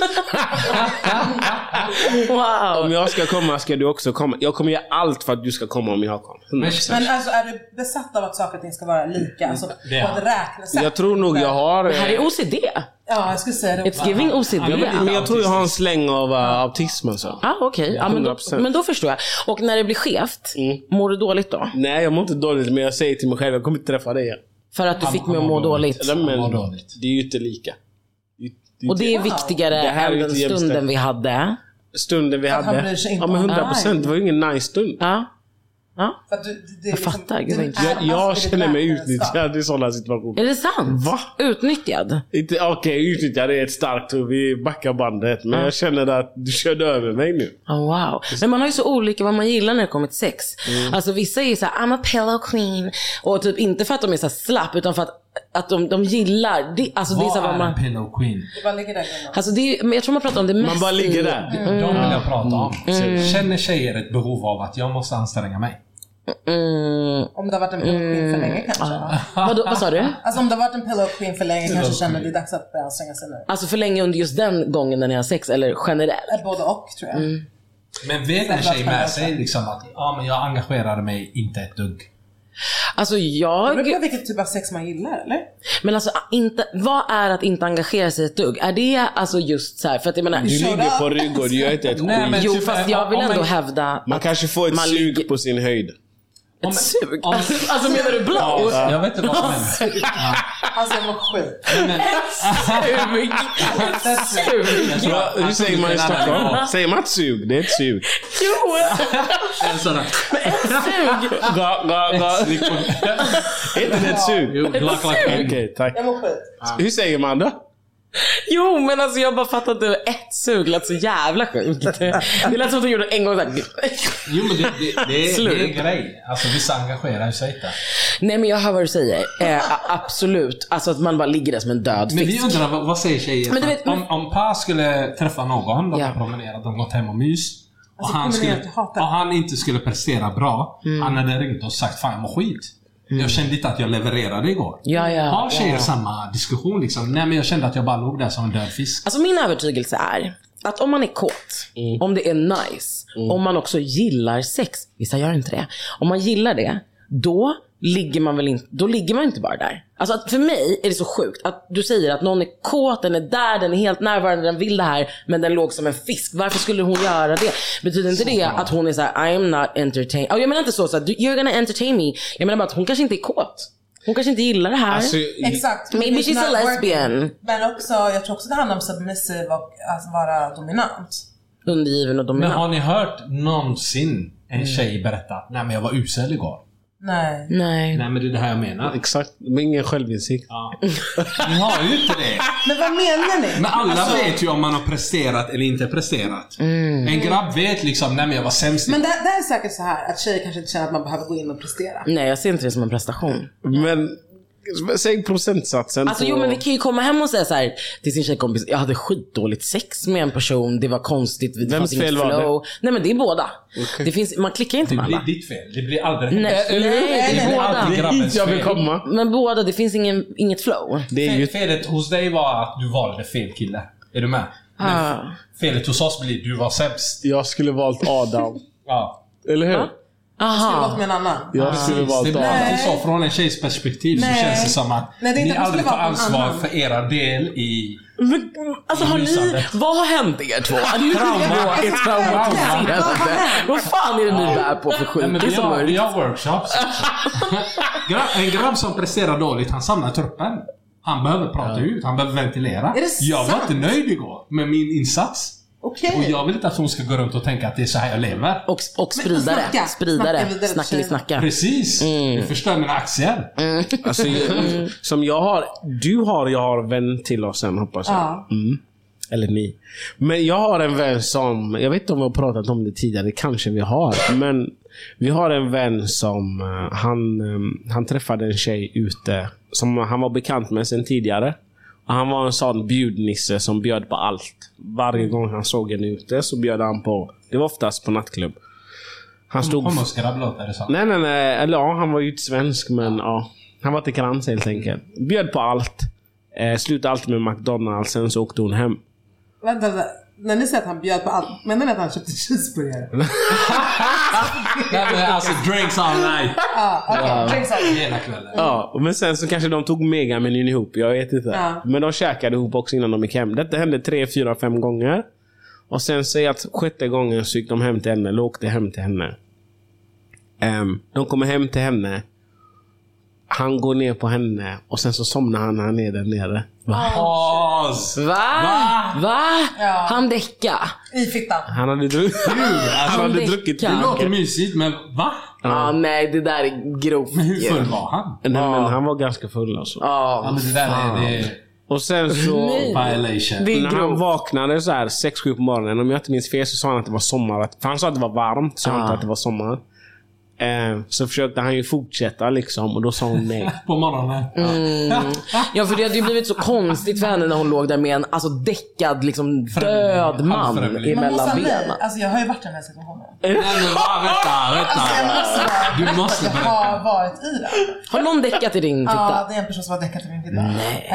D: Om
C: Wow.
D: jag ska komma ska du också komma. Jag kommer göra allt för att du ska komma om jag kommer. Mm.
E: Men,
F: Men alltså är du besatt av att saker och ting ska vara lika? Alltså på
E: Det är
F: ett räknesätt?
D: Jag tror nog jag har...
C: Det här
D: eh,
C: är OCD.
F: Ja, jag skulle säga det
C: It's giving OCD.
D: Ja, men, men jag tror jag har en släng av uh, autism alltså.
C: Ah, okej. Ja, men, då,
D: 100%.
C: men då förstår jag. Och när det blir skevt,
D: Mm.
C: mår du dåligt då?
D: Nej, jag mår inte dåligt, men jag säger till mig själv, jag kommer inte träffa dig igen.
C: För att du fick mig att må dåligt.
D: Eller, men,
E: mår dåligt.
D: det är ju inte lika. Det är- det är
C: Och det är viktigare
D: Det här är
C: än
D: ju
C: den
D: inte jämställt.
C: stunden vi hade.
D: stunden vi
F: Att han
D: hade.
F: bryr sig inte
D: Ja men
F: om
D: 100 procent. Det var ju ingen nice stund.
C: Ja.
F: För att du, det, det,
C: Jag fattar, gud, vad
F: du
C: intressant.
F: är
D: Jag, jag
F: fast i ditt
D: känner mig
F: partnerskap.
D: utnyttjad i sådana situationer.
C: Är det sant?
D: Va?
C: Utnyttjad?
D: Inte- Okej, utnyttjad är ett starkt ord. Vi backar bandet. Men jag känner att du körde över mig nu.
C: Oh, wow. Men man har ju så olika vad man gillar när det kommer till sex.
D: Mm.
C: Alltså vissa är ju såhär, I'm a pillow queen. Och typ inte för att de är såhär slapp utan för att, att de, de gillar, det, alltså det är
E: Vad
C: så här
E: är
C: vad
E: en
C: man...
E: pillow queen?
F: Du bara ligger där Gunnar.
C: Alltså det är, men jag tror man pratar om det mest
D: Man bara ligger
C: i-
D: där.
E: De vill
C: Mm.
E: jag prata om. Känner tjejer ett behov av att jag måste anstränga mig?
F: Om det har varit en pillow queen för
C: Mm.
F: länge kanske. va?
C: Vadå, vad sa du?
F: Alltså om det har varit en pillow queen för länge kanske
E: Pillow
F: känner
E: queen.
F: det är dags att börja slänga sig nu.
C: Alltså för länge under just den gången när ni har sex eller generellt?
F: Eh, Både och tror
C: Mm.
F: jag.
E: Men vet en tjej med sig liksom att ja, men jag engagerade mig inte ett dugg?
C: Alltså
F: Det
C: jag...
F: beror på vilket typ av sex man gillar eller?
C: Men alltså inte, vad är att inte engagera sig ett dugg? Är det alltså just så här, för att jag menar...
D: Du ligger på
F: up.
D: rygg och du gör inte ett
E: Nej,
D: skit.
E: men-
C: jo
E: typ,
C: fast
E: eh,
C: jag vill
E: om en-
C: ändå hävda
D: Man kanske får ett
C: Man
D: sug
C: ligger-
D: på sin höjd.
E: Om-
C: ett sug.
E: om-
C: Alltså, alltså menar du blow?
E: Ja, jag vet inte vad
C: (laughs)
E: som händer.
F: Alltså jag mår skit.
C: Sug! Ett sug!
E: Jag tror-
D: Va? Hur
E: jag tror
D: säger man i
E: det är en annan nivå.
D: Stockholm? Säger man ett sug? Det är ett sug.
C: (laughs) Jo!
E: En
C: (laughs)
E: sån här-
C: Sug!
D: Ga, ga, ga. (laughs) Är inte det ett sug?
E: Jo, glack, glack,
D: Okej,
E: glack.
D: tack.
F: Jag mår skit.
D: Hur säger man då?
C: Jo men alltså jag bara fattar att det var ett sug lät så jävla sjukt. Det lät som att du gjorde en gång såhär.
E: Jo men det, det, det, är, det är
C: Slut.
E: en grej. Alltså vissa engagerar sig inte.
C: Nej men jag hör vad du säger. Eh, a- absolut. Alltså att man bara ligger där som en död
E: Men vi
C: fisk.
E: undrar, vad, vad säger tjejer?
C: Men du vet,
E: om, om Per skulle träffa någon, de har
C: Ja.
E: promenerat, de har gått hem och mys. Och
F: Alltså,
E: han,
F: promenerat,
E: skulle,
F: jag hatar det.
E: och han inte skulle prestera bra.
C: Mm.
E: Han hade ringt och sagt Fan jag mår skit. Jag kände inte att jag levererade igår.
C: Ja, ja,
E: har tjejer
C: ja.
E: samma diskussion liksom? Nej men jag kände att jag bara låg där som en död fisk.
C: Alltså min övertygelse är att om man är kåt, om det är nice, om man också gillar sex, vissa gör inte det. Om man gillar det, då ligger man väl inte, då ligger man inte bara där. Alltså att för mig är det så sjukt att du säger att någon är kåt, den är där, den är helt närvarande, den vill det här, men den låg som en fisk. Varför skulle hon göra det? Betyder inte det att hon är så här: I am not entertained. Jag menar inte så, så här, you're gonna entertain me. Jag menar bara att hon kanske inte är kåt. Hon kanske inte gillar det här.
D: Alltså,
F: Exakt.
C: Maybe
F: Men it's
C: she's a
F: not working.
C: lesbian.
F: Men också, jag tror också det handlar om submissive och att vara dominant.
C: Undergiven och
E: Men
C: dominant.
E: har ni hört någonsin en tjej berätta Nej men jag var usel igår.
F: Nej.
C: Nej.
E: Nej men det är det här jag menar.
D: exakt. Men ingen självinsikt.
E: Ni har ju inte det.
F: Men vad menar ni?
E: Men alla vet ju om man har presterat eller inte presterat. En grabb vet liksom, nej men jag var sämst
F: Men det, det är säkert så här att tjejer kanske inte känner att man behöver gå in och prestera.
C: Nej, jag ser inte det som en prestation.
D: Men säg procentsatsen.
C: Alltså
D: på-
C: jo men vi kan ju komma hem och säga så här till sin tjejkompis, jag hade skitdåligt sex med en person, det var konstigt, det
D: Vems
C: fanns inget
D: fel var det?
C: flow. Nej men det är båda. Det finns, man klickar inte
E: Det
C: med
E: blir
C: alla.
E: ditt fel. Det blir aldrig
F: Eh,
C: Nej,
E: hennes fel.
C: nej, det
E: Det
C: är
E: blir
C: båda.
E: alltid
D: Det är hit
E: grabbens
D: jag vill
E: fel.
D: komma.
C: Men båda, det finns ingen, inget flow.
D: Det är ju
E: Fel- Felet hos dig var att du valde fel kille. Är du med?
C: Ah.
E: Felet hos oss blir du var sämst.
D: Jag skulle valt Adam.
E: Ja.
D: Eller hur?
F: Förlåt
C: Aha.
F: med en annan.
D: Jag skulle
E: Precis, det
D: valt
E: blir
D: Adam.
E: alltid så. Från en tjejs perspektiv
F: Nej.
E: så känns det som att
F: Nej, det är
E: ni
F: inte att det
E: aldrig
F: skulle
E: tar
F: vara någon
E: ansvar
F: annan.
E: för era del i...
C: Men, alltså har ni,
E: Mysandet.
C: vad har hänt er två? Alltså, Nu
E: Trauma.
C: är det traumatiserande. Vad fan är det ni bär på för
E: Nej, men vi,
C: sjukt?
E: har, vi har
F: (laughs)
E: workshops. Gra- en grabb som presterar dåligt, han samlar truppen. Han behöver prata ut, han behöver ventilera.
F: Är det
E: jag var
F: sant?
E: inte nöjd igår med min insats.
F: Okej.
E: Och jag vill inte att hon ska gå runt och tänka att det är så här jag lever.
C: Och, och sprida
F: Men snacka.
C: det. Sprida
F: Snacka vidare
C: det.
F: till
C: Snacka,
F: tjejerna.
C: snacka.
E: Precis! Du förstör mina aktier.
D: Alltså, som jag har, du har, jag har vän till oss sen hoppas jag.
F: Ja.
D: Mm. Eller ni. Men jag har en vän som, jag vet inte om vi har pratat om det tidigare, kanske vi har. Men vi har en vän som, eh, han, eh, han träffade en tjej ute som han var bekant med sen tidigare. Och han var en sån bjudnisse som bjöd på allt. Varje gång han såg en ute så bjöd han på, det var oftast på nattklubb. Han stod
E: Kom och skrabb låter det som.
D: Nej, nej, nej. Eller ja, han var ju inte svensk, men ja. Han var inte krans helt enkelt. Bjöd på allt. Eh, slutade alltid med McDonalds, sen så åkte hon hem.
F: Vänta, vänta. när ni säger att han bjöd på allt, menar ni att han köpte cheeseburgare?
E: Nej, men alltså drinks all night.
F: (laughs) Ja, okej. Drinks up.
E: Hela kvällen.
D: Ja, men sen så kanske de tog megamenyn ihop. Jag vet inte.
F: Ja.
D: Men de käkade ihop också innan de gick hem. Detta hände tre, fyra, fem gånger. Och sen säg att sjätte gången så gick de hem till henne, eller åkte hem till henne. Ehm, de kommer hem till henne. Han går ner på henne och sen så somnar han när han är där nere.
E: Hans!
C: Va? Va?
F: Ja.
C: Han däcka.
F: I fittan.
D: Han hade, dru- han hade
C: Som
D: druckit
C: däckar.
D: för
E: Det låter
D: mycket.
E: mysigt, men va?
C: Ja, nej det där är grovt
E: Men hur
C: ju.
E: full var han?
D: Nej, men han var ganska full alltså.
C: Ja,
E: Ja, men det där är, det är
D: Och sen så...
E: violation.
C: det är
D: När han
C: grovt.
D: vaknade så här 6-7 på morgonen, om jag inte minns fel, så sa han att det var sommar. För han sa att det var varmt, så han sa att det var sommar. Eh, så försökte han ju fortsätta liksom och då sa hon
E: (laughs)
D: nej.
E: På morgonen.
C: Ja för det hade ju blivit så konstigt för henne när hon låg där med en alltså däckad liksom död man
E: halvfrämling.
F: Man måste
C: emellan
F: ha nej.
C: benen.
F: Alltså jag har ju varit i den här situationen.
E: Nej men va, vänta,
F: Jag
E: vänta.
F: måste ha-
E: Du måste
F: jag
E: berätta.
F: har varit i den.
C: Har någon däckat i din
F: Ja,
C: fitta?
F: det är en person som har däckat i min fitta.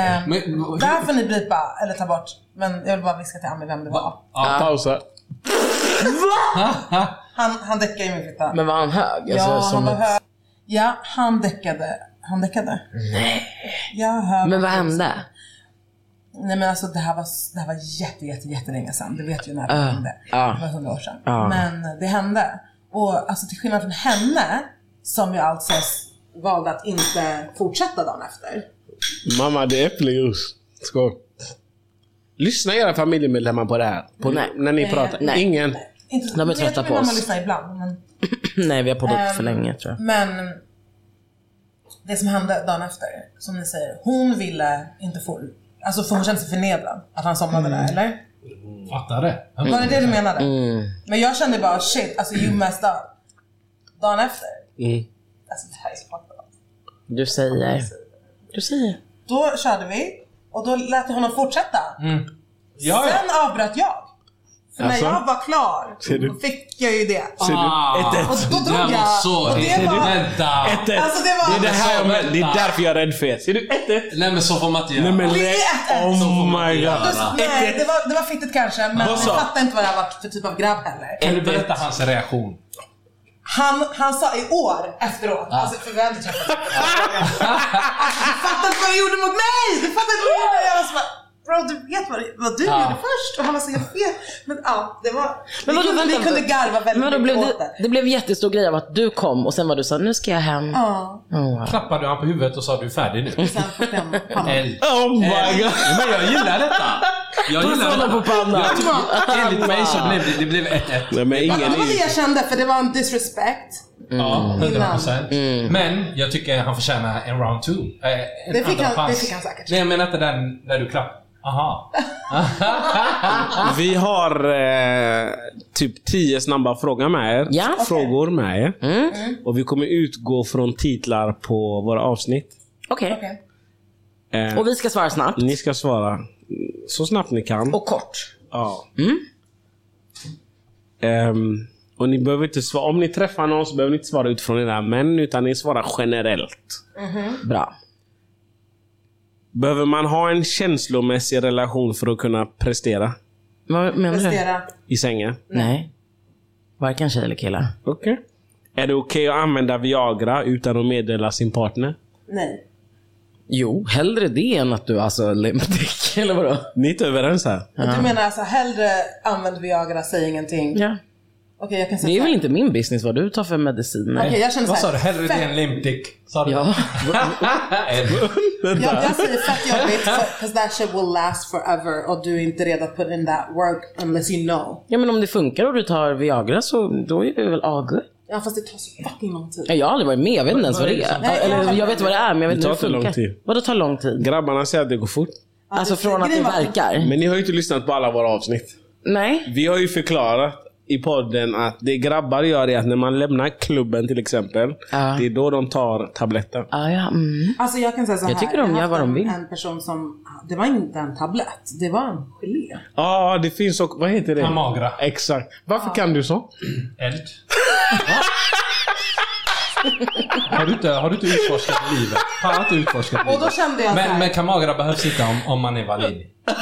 F: Ehm,
E: Men,
F: Det här får ni blipa eller ta bort. Men jag vill bara viska till Ami vem det var.
D: Pausa.
F: Han, han däckade i min fitta.
C: Men var han hög?
F: Ja,
C: Alltså,
F: han
C: som
F: var
C: ett-
F: hög. Ja, han däckade. Han däckade. Nej. Ja, hög.
C: Men vad hände?
F: Nej men alltså det här var, det här var jätte, jätte, jättelänge sedan. Du vet ju när det
C: Ja,
F: hände.
C: ja.
F: Det var hundra år sedan.
C: Ja.
F: Men det hände. Och alltså till skillnad från henne, som ju alltså s- valde att inte fortsätta dagen efter.
D: Mamma, det är äppeljuice. Skål. Lyssna era familjemedlemmar på det här. På
C: Nej.
D: När ni pratar.
C: Nej.
D: Ingen.
F: Inte,
C: De är
F: men jag
C: trötta
F: tror
C: på
F: min mamma
C: oss.
F: lyssnar ibland. Men,
C: Nej vi har poddat
F: Ehm,
C: för länge tror jag.
F: men det som hände dagen efter, som ni säger, hon ville inte få Alltså för hon kände sig förnedrad att han somnade där
D: Mm.
F: eller?
E: Fattar det?
F: Var det det du menade? Men jag kände bara shit, alltså you messed up. Dagen efter. Alltså det här är så fucked up.
C: Mm. Du säger. Du säger.
F: Då körde vi och då lät jag honom fortsätta.
E: Mm. Ja, ja.
F: Sen avbröt jag. För
D: Alltså?
F: när jag var klar, då fick jag ju det.
D: Ser du?
E: Ah,
F: Och då
E: det
F: drog
E: där var
F: jag.
E: så...
F: Och det var-
E: Vänta!
F: Alltså det var...
D: Det är, det här jag
E: Men-
D: men- det är därför jag är rädd för er. Ser du? Ett, ett.
E: Nej men så får man inte göra.
D: Nej, men
F: Det är
D: lägg-
F: ett, ett. Så
D: Oh
E: får man
D: my
E: göra.
D: god.
F: Nej, det var, det var fittigt kanske, men jag
D: Vad sa-
F: fattar inte vad det här var för typ av grabb heller.
E: Kan du berätta hans reaktion?
F: Han, han sa i år efteråt,
C: Ah.
F: alltså för vi har inte träffats. alltså, du fattar inte vad du gjorde mot mig! Du fattar inte vad du gjorde! Jag var så bara, bro du vet vad, du- vad du gjorde först? Och han var så, jag vet. Men ja, det var...
C: Ah. Men vadå,
F: vi, kunde, vi
C: vänta.
F: kunde garva väldigt
C: Men då blev
F: mycket åt
C: det,
F: det.
C: det blev jättestor grej av att du kom och sen var du så här, nu ska jag hem.
F: Ja,
C: Oh.
E: Klappade du han på huvudet och sa du är färdig nu?
F: sen på den
C: (laughs)
F: pannan.
E: Eld.
D: Oh my god.
E: Nej, Men jag gillar detta! Jag gillar
C: honom på pannan.
E: Jag tycker- Enligt mig så blev det, det blev 1-1.
D: Nej, men
F: Ja,
D: ingen
F: Det var det
D: är...
F: jag kände, för det var en disrespect.
E: Ja, 100 procent. Men jag tycker han förtjänar en round two. Eh, en
F: Det fick
E: andra
F: han-
E: chans.
F: det fick han säkert.
E: Nej, jag menar inte den där du klappade. Aha.
D: Vi har eh, typ 10 snabba frågor med er.
C: Ja. Mm.
D: Frågor med er. Mm. Och vi kommer utgå från titlar på våra avsnitt.
C: Okej.
F: Okej.
D: Eh,
C: Och vi ska svara snabbt
D: Ni ska svara så snabbt ni kan.
C: och kort. Mm.
D: ja. Ehm, och ni behöver inte svara, om ni träffar någon så behöver ni inte svara utifrån era män, utan ni svarar generellt.
C: Mm, Bra.
D: Behöver man ha en känslomässig relation för att kunna prestera
C: Vad menar du?
F: Prestera.
D: i sängen?
C: Nej. Varken tjej eller kille.
D: Okej. Är det okej att använda Viagra utan att meddela sin partner?
F: Nej.
C: Jo, hellre det än att du alltså limpdick eller vadå?
D: Ni är inte överens här?
F: Du menar alltså hellre använd Viagra, säg ingenting.
C: Ah. Ja.
F: Okej, jag kan säga
C: Det är
F: så här.
C: väl inte min business vad du tar för mediciner.
F: Okej, jag känner
E: Vad
F: så
E: sa
F: här.
E: du? Hellre det än limpdick? Sa du? (laughs)
C: Ja.
F: Jag, jag säger fett jobbigt, because that shit will last forever och du är inte redo att put in that work unless you know.
C: ja men om det funkar och du tar Viagra så då är det väl agur.
F: Ja fast det tar så fucking lång tid.
C: Nej, Jag har aldrig varit med, jag vet inte ens vad det är.
F: Nej,
C: Eller
F: jag-
C: jag vet vad det är men jag vet
D: Det
C: inte
D: tar
C: hur det
D: inte lång
C: funkar.
D: tid.
C: Vadå tar lång tid?
D: Grabbarna säger att det går fort.
C: Alltså från att det
F: grejen var-
C: verkar?
D: Men ni har ju inte lyssnat på alla våra avsnitt.
C: Nej.
D: Vi har ju förklarat i podden att det grabbar gör är att när man lämnar klubben till exempel,
C: Ja.
D: det är då de tar tabletten.
C: Ah, ja, mm.
F: Alltså jag kan säga så här.
C: Jag tycker de
F: har
C: gör vad de
F: haft
C: vill.
F: en- En person som, det var inte en tablett, det var en gelé.
D: Ja, det finns också, vad heter det?
E: Amagra.
D: Exakt. Varför kan du så?
E: Eld. Har du inte, har du inte utforskat livet? Har inte utforskat livet?
F: Och då kände jag så
E: men,
F: här-
E: men Kamagra behövs inte om, om man är valid. Är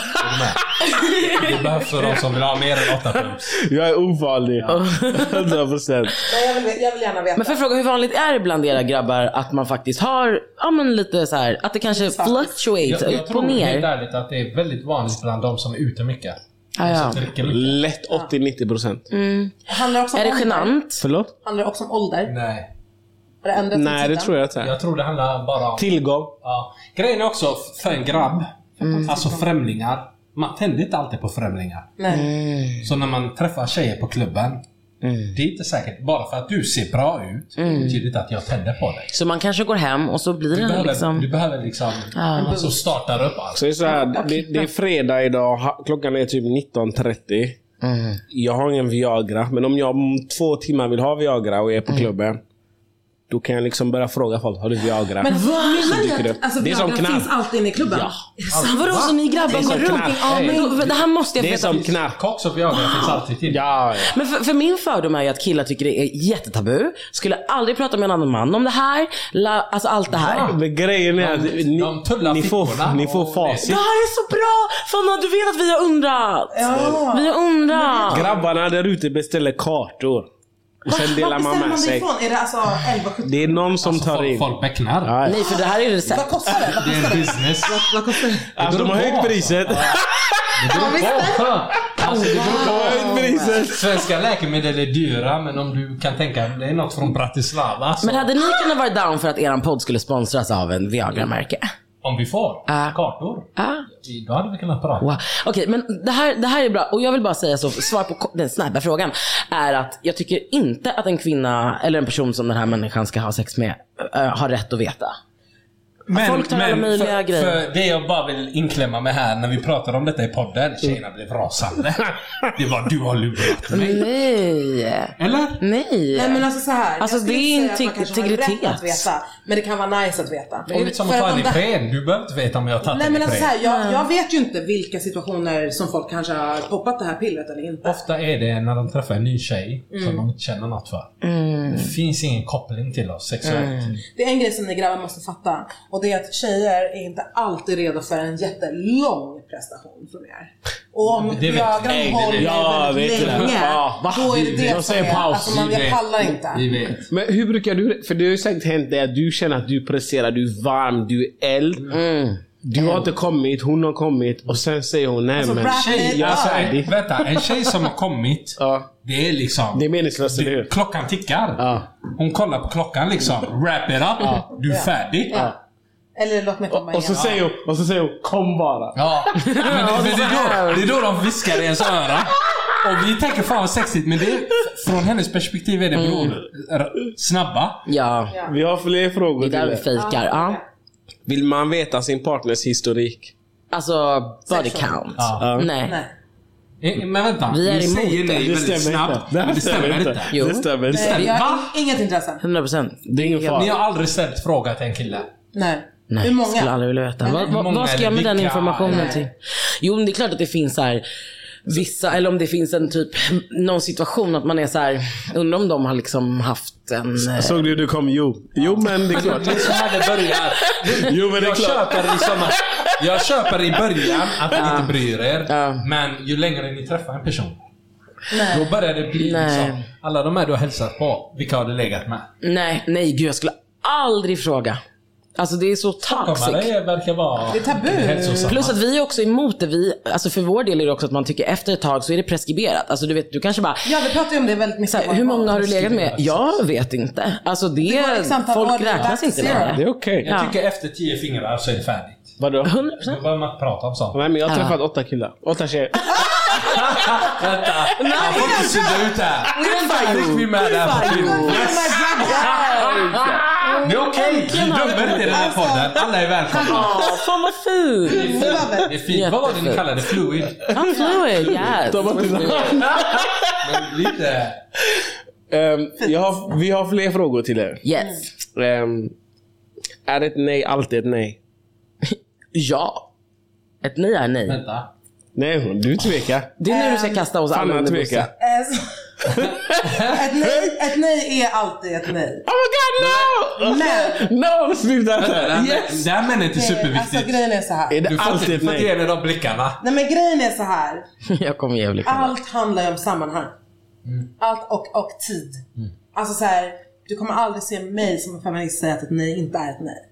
E: du med? Det behövs för de som vill ha mer än 8 pumps.
D: Jag är ofarlig. (laughs) 100 procent.
F: Nej, jag, vill, jag vill gärna veta.
C: Men för fråga, hur vanligt är det bland era grabbar att man faktiskt har, ja men lite så här, att det kanske fluctuates
E: Jag, jag
C: upp och
E: tror helt
C: ner?
E: ärligt att det är väldigt vanligt bland de som är ute mycket.
C: Ja, Ah, ja.
E: Som Alltså, dricker mycket.
D: Lätt 80-90 procent.
F: handlar också om
C: Är det
F: ålder?
C: genant?
D: Förlåt?
F: Handlar det också om ålder?
E: Nej.
F: Har det ändrat med
D: Nej, det
F: tiden?
D: tror jag inte.
E: Jag tror det handlar bara om...
D: Tillgång.
E: Ja. Grejen är också, för en grabb,
D: Mm.
E: alltså främlingar, man tänder inte alltid på främlingar.
D: Mm.
F: Nej.
E: Så när man träffar tjejer på klubben, det är inte säkert, bara för att du ser bra ut,
D: Mm.
E: betyder inte att jag tänder på dig.
C: Så man kanske går hem och så blir
E: Du
C: det
E: behöver
C: liksom...
E: liksom, du behöver liksom alltså startar upp allt.
D: Så det, är så här, det, det är fredag idag, ha- klockan är typ 19.30.
E: Mm.
D: Jag har ingen Viagra, men om jag om två timmar vill ha Viagra och är
E: Mm.
D: på klubben. Då kan jag liksom börja fråga folk, har du Viagra?
F: Men
D: Så
F: vad
D: dyker det
F: menar
D: upp.
F: du? Alltså,
D: Det är som
F: Viagra
D: knark.
F: finns alltid inne i klubben?
D: Ja.
C: Alltså, vadå så ni
D: Det
C: grabbar
D: är
C: går
D: som
C: runt?
D: knark.
C: Ja, men Det här måste jag
D: Det är
C: veta.
D: som knark.
E: Koks och Viagra finns alltid till.
D: Ja, ja.
C: Men för, för min fördom är ju att killar tycker det är jättetabu. Skulle aldrig prata med en annan man om det här. La, alltså allt det här.
D: Men grejen är att
E: De-
D: ni,
E: de tullar
D: ni, får,
E: fickorna
D: ni får
E: och-
C: Det
D: facit.
C: här är så bra! Fanna, du vet att vi har undrat.
F: Ja.
C: Vi har undrat.
D: Grabbarna där ute beställer kartor. Och sen
F: Var
D: delar man
F: beställer man
D: med
F: det
D: sig.
F: ifrån? Är det alltså 11,70?
D: Det är någon som
E: Alltså,
D: tar
E: folk,
D: in.
E: folk becknar.
D: Ja, ja.
C: Nej, för det här är ju
F: Vad
C: recept.
F: kostar det? Vad
E: Det är
F: kostar
E: en
F: det?
E: business.
F: Vad kostar det?
D: Alltså, de har höjt priset.
E: Det beror på. Alltså, det beror
D: De har höjt priset.
E: på. Svenska läkemedel är dyra, men om du kan tänka dig, det är något från Bratislava. Så
C: Men hade ni kunnat vara down för att eran podd skulle sponsras av en Viagra-märke?
E: Om vi får
C: Ja.
E: kartor,
C: Ja.
E: då hade vi kunnat prata.
C: Wow. Okej, men det här, det här är bra. Och jag vill bara säga så, svar på ko- den snabba frågan är att jag tycker inte att en kvinna eller en person som den här människan ska ha sex med äh, har rätt att veta.
E: Men,
C: Folk tar alla möjliga
E: för,
C: grejer.
E: För det jag bara vill inklämma med här när vi pratar om detta i podden, tjejerna blev (laughs) rasande. Det var du har lurat mig.
C: Nej.
E: Eller?
C: Nej.
F: Nej men alltså så här.
C: Alltså,
F: jag skulle
C: det är
F: inte säga att man
C: integ-
F: kanske har
C: integritet.
F: rätt att veta. Men det kan vara nice att veta.
E: Det är lite som att
F: För
E: ta
F: om
E: en
F: det-
E: Ipren. Du behöver inte veta om jag har tagit
F: Nej
E: en
F: men alltså så
E: Ipren.
F: här, jag, jag vet ju inte vilka situationer som folk kanske har poppat det här pillret eller inte.
E: Ofta är det när de träffar en ny tjej som de inte känner något för. Det finns ingen koppling till oss sexuellt.
F: Det är en grej som ni grabbar måste fatta och det är att tjejer är inte alltid redo för en jättelång prestation från er. Och om
E: Det vet- Nej,
F: Viagran
E: det
F: håller
E: vet-
D: Ja,
F: ja, väldigt
D: vet det.
F: länge,
D: Ja, va?
F: då är det
D: Vi-
F: det
D: de
F: som
D: säger
F: är...
D: paus.
F: Alltså man, jag pallar inte.
E: Vi vet.
D: Men hur brukar du, för det har ju säkert hänt dig att du känner att du presterar, du är varm, du är eld. Du har inte kommit, hon har kommit och sen säger hon nej
F: Alltså,
D: men...
F: bra-
E: Tjej, alltså,
F: Ja.
E: en, vänta, en tjej som har kommit,
D: Ja.
E: det är liksom...
D: Det är meningslöst, eller hur?
E: Klockan tickar.
D: Ja.
E: Hon kollar på klockan liksom. Wrap it up. Du är färdig.
F: Eller låt mig komma
D: Och så
F: igen.
D: säger hon, och så säger hon kom bara.
E: Ja, men, men det, är då, det är då de viskar i ens öra. Och vi tänker fan vad sexigt, men det är, från hennes perspektiv är det bror, r- snabba.
C: Ja,
D: Vi har fler
C: det
D: frågor
C: är
D: till
C: där vi
D: er.
C: fejkar. Ja.
D: Vill man veta sin partners historik?
C: Alltså, body count.
E: Ja.
C: Nej.
F: Nej.
E: Eh, Men vänta,
C: Vi är
E: ni
C: emot
E: säger
C: det.
E: nej väldigt snabbt. Men det stämmer inte.
C: Jo.
D: Det stämmer inte.
F: Eh, Jag har
E: Va?
F: inget intresse.
C: 100%.
D: Det är ingen
E: Ni har
D: fara.
E: aldrig ställt fråga till en kille.
F: Nej.
C: Nej,
F: Hur
C: skulle
F: många?
C: aldrig vilja veta. Vad,
E: hur
C: vad,
E: många
C: vad ska jag med
E: eller
C: den
E: vilka?
C: informationen
E: Nej.
C: till? Jo, men det är klart att det finns så här vissa, eller om det finns en typ, någon situation att man är så här, undrar om de har liksom haft en... eh,
D: Såg du du kom? Jo. Jo men det är klart.
E: (laughs) Det är så här det börjar.
D: Jo men det är
E: Jag
D: klart.
E: köper, liksom, jag köper i början att ni inte bryr er.
C: Ja.
E: Men ju längre ni träffar en person, då börjar det bli
C: Nej.
E: liksom, alla de här du har hälsat på, vilka har du legat med?
C: eh, Nej, nej gud jag skulle aldrig fråga. Alltså det är så toxic.
E: Stockholmare verkar vara...
F: Det är tabu.
E: hälsosamma.
C: Plus att vi är också emot det. Vi, alltså för vår del är det också att man tycker efter ett tag så är det preskriberat. Alltså du vet, du kanske bara,
F: Ja, vi pratar ju om det väldigt mycket.
C: så här, hur många har du legat med? Jag vet inte. Alltså det,
F: går liksom för
C: folk
F: att-
C: räknas inte
F: Zero.
C: längre.
D: Det är okej.
C: Ja.
E: Jag tycker efter tio fingrar så är det färdigt.
D: Vadå?
C: 100%.
E: Då behöver man inte prata om sånt.
D: Nej men jag har träffat åtta killar. Åtta tjejer.
E: Vänta! Han får inte sudda ut det här. Jag fick vi med det här på film. Yes! Det är okej! Vi dömer inte i den
C: Alltså.
E: här podden. Alla är välkomna.
C: Åh, fan vad fint!
E: Det är fint. Vad var det ni kallade det? Fluid?
C: I'm fluid, yes.
D: Ta bort dina.
E: Men lite...
D: Ehm, jag har, vi har fler frågor till er.
C: Yes.
D: Ehm, är ett nej alltid ett nej?
C: Ja. Ett nej är nej.
E: Vänta.
D: Nej, hon- du tvekar.
F: Ehm,
C: Det är nu du ska kasta oss alla
D: Fanna
C: under
D: tvekar. (laughs)
C: bussen.
F: Eh, så- Ett nej, ett nej är alltid ett nej.
D: Oh my god no!
F: Men-
D: No, sluta
E: Det här-
D: inte.
E: Det här men är
C: Eh,
E: inte
F: Alltså
E: superviktigt.
F: grejen är så här.
D: Är det
E: Du får inte-
D: alltid
E: du
D: ett
E: får inte
D: nej?
E: ge mig de blickarna.
F: Nej men grejen är så här.
C: (laughs) Jag kommer ge Ulrika.
F: Allt handlar ju om sammanhang. Allt och, och tid. Alltså så här, du kommer aldrig se mig som en feminist säga att ett nej inte är ett nej.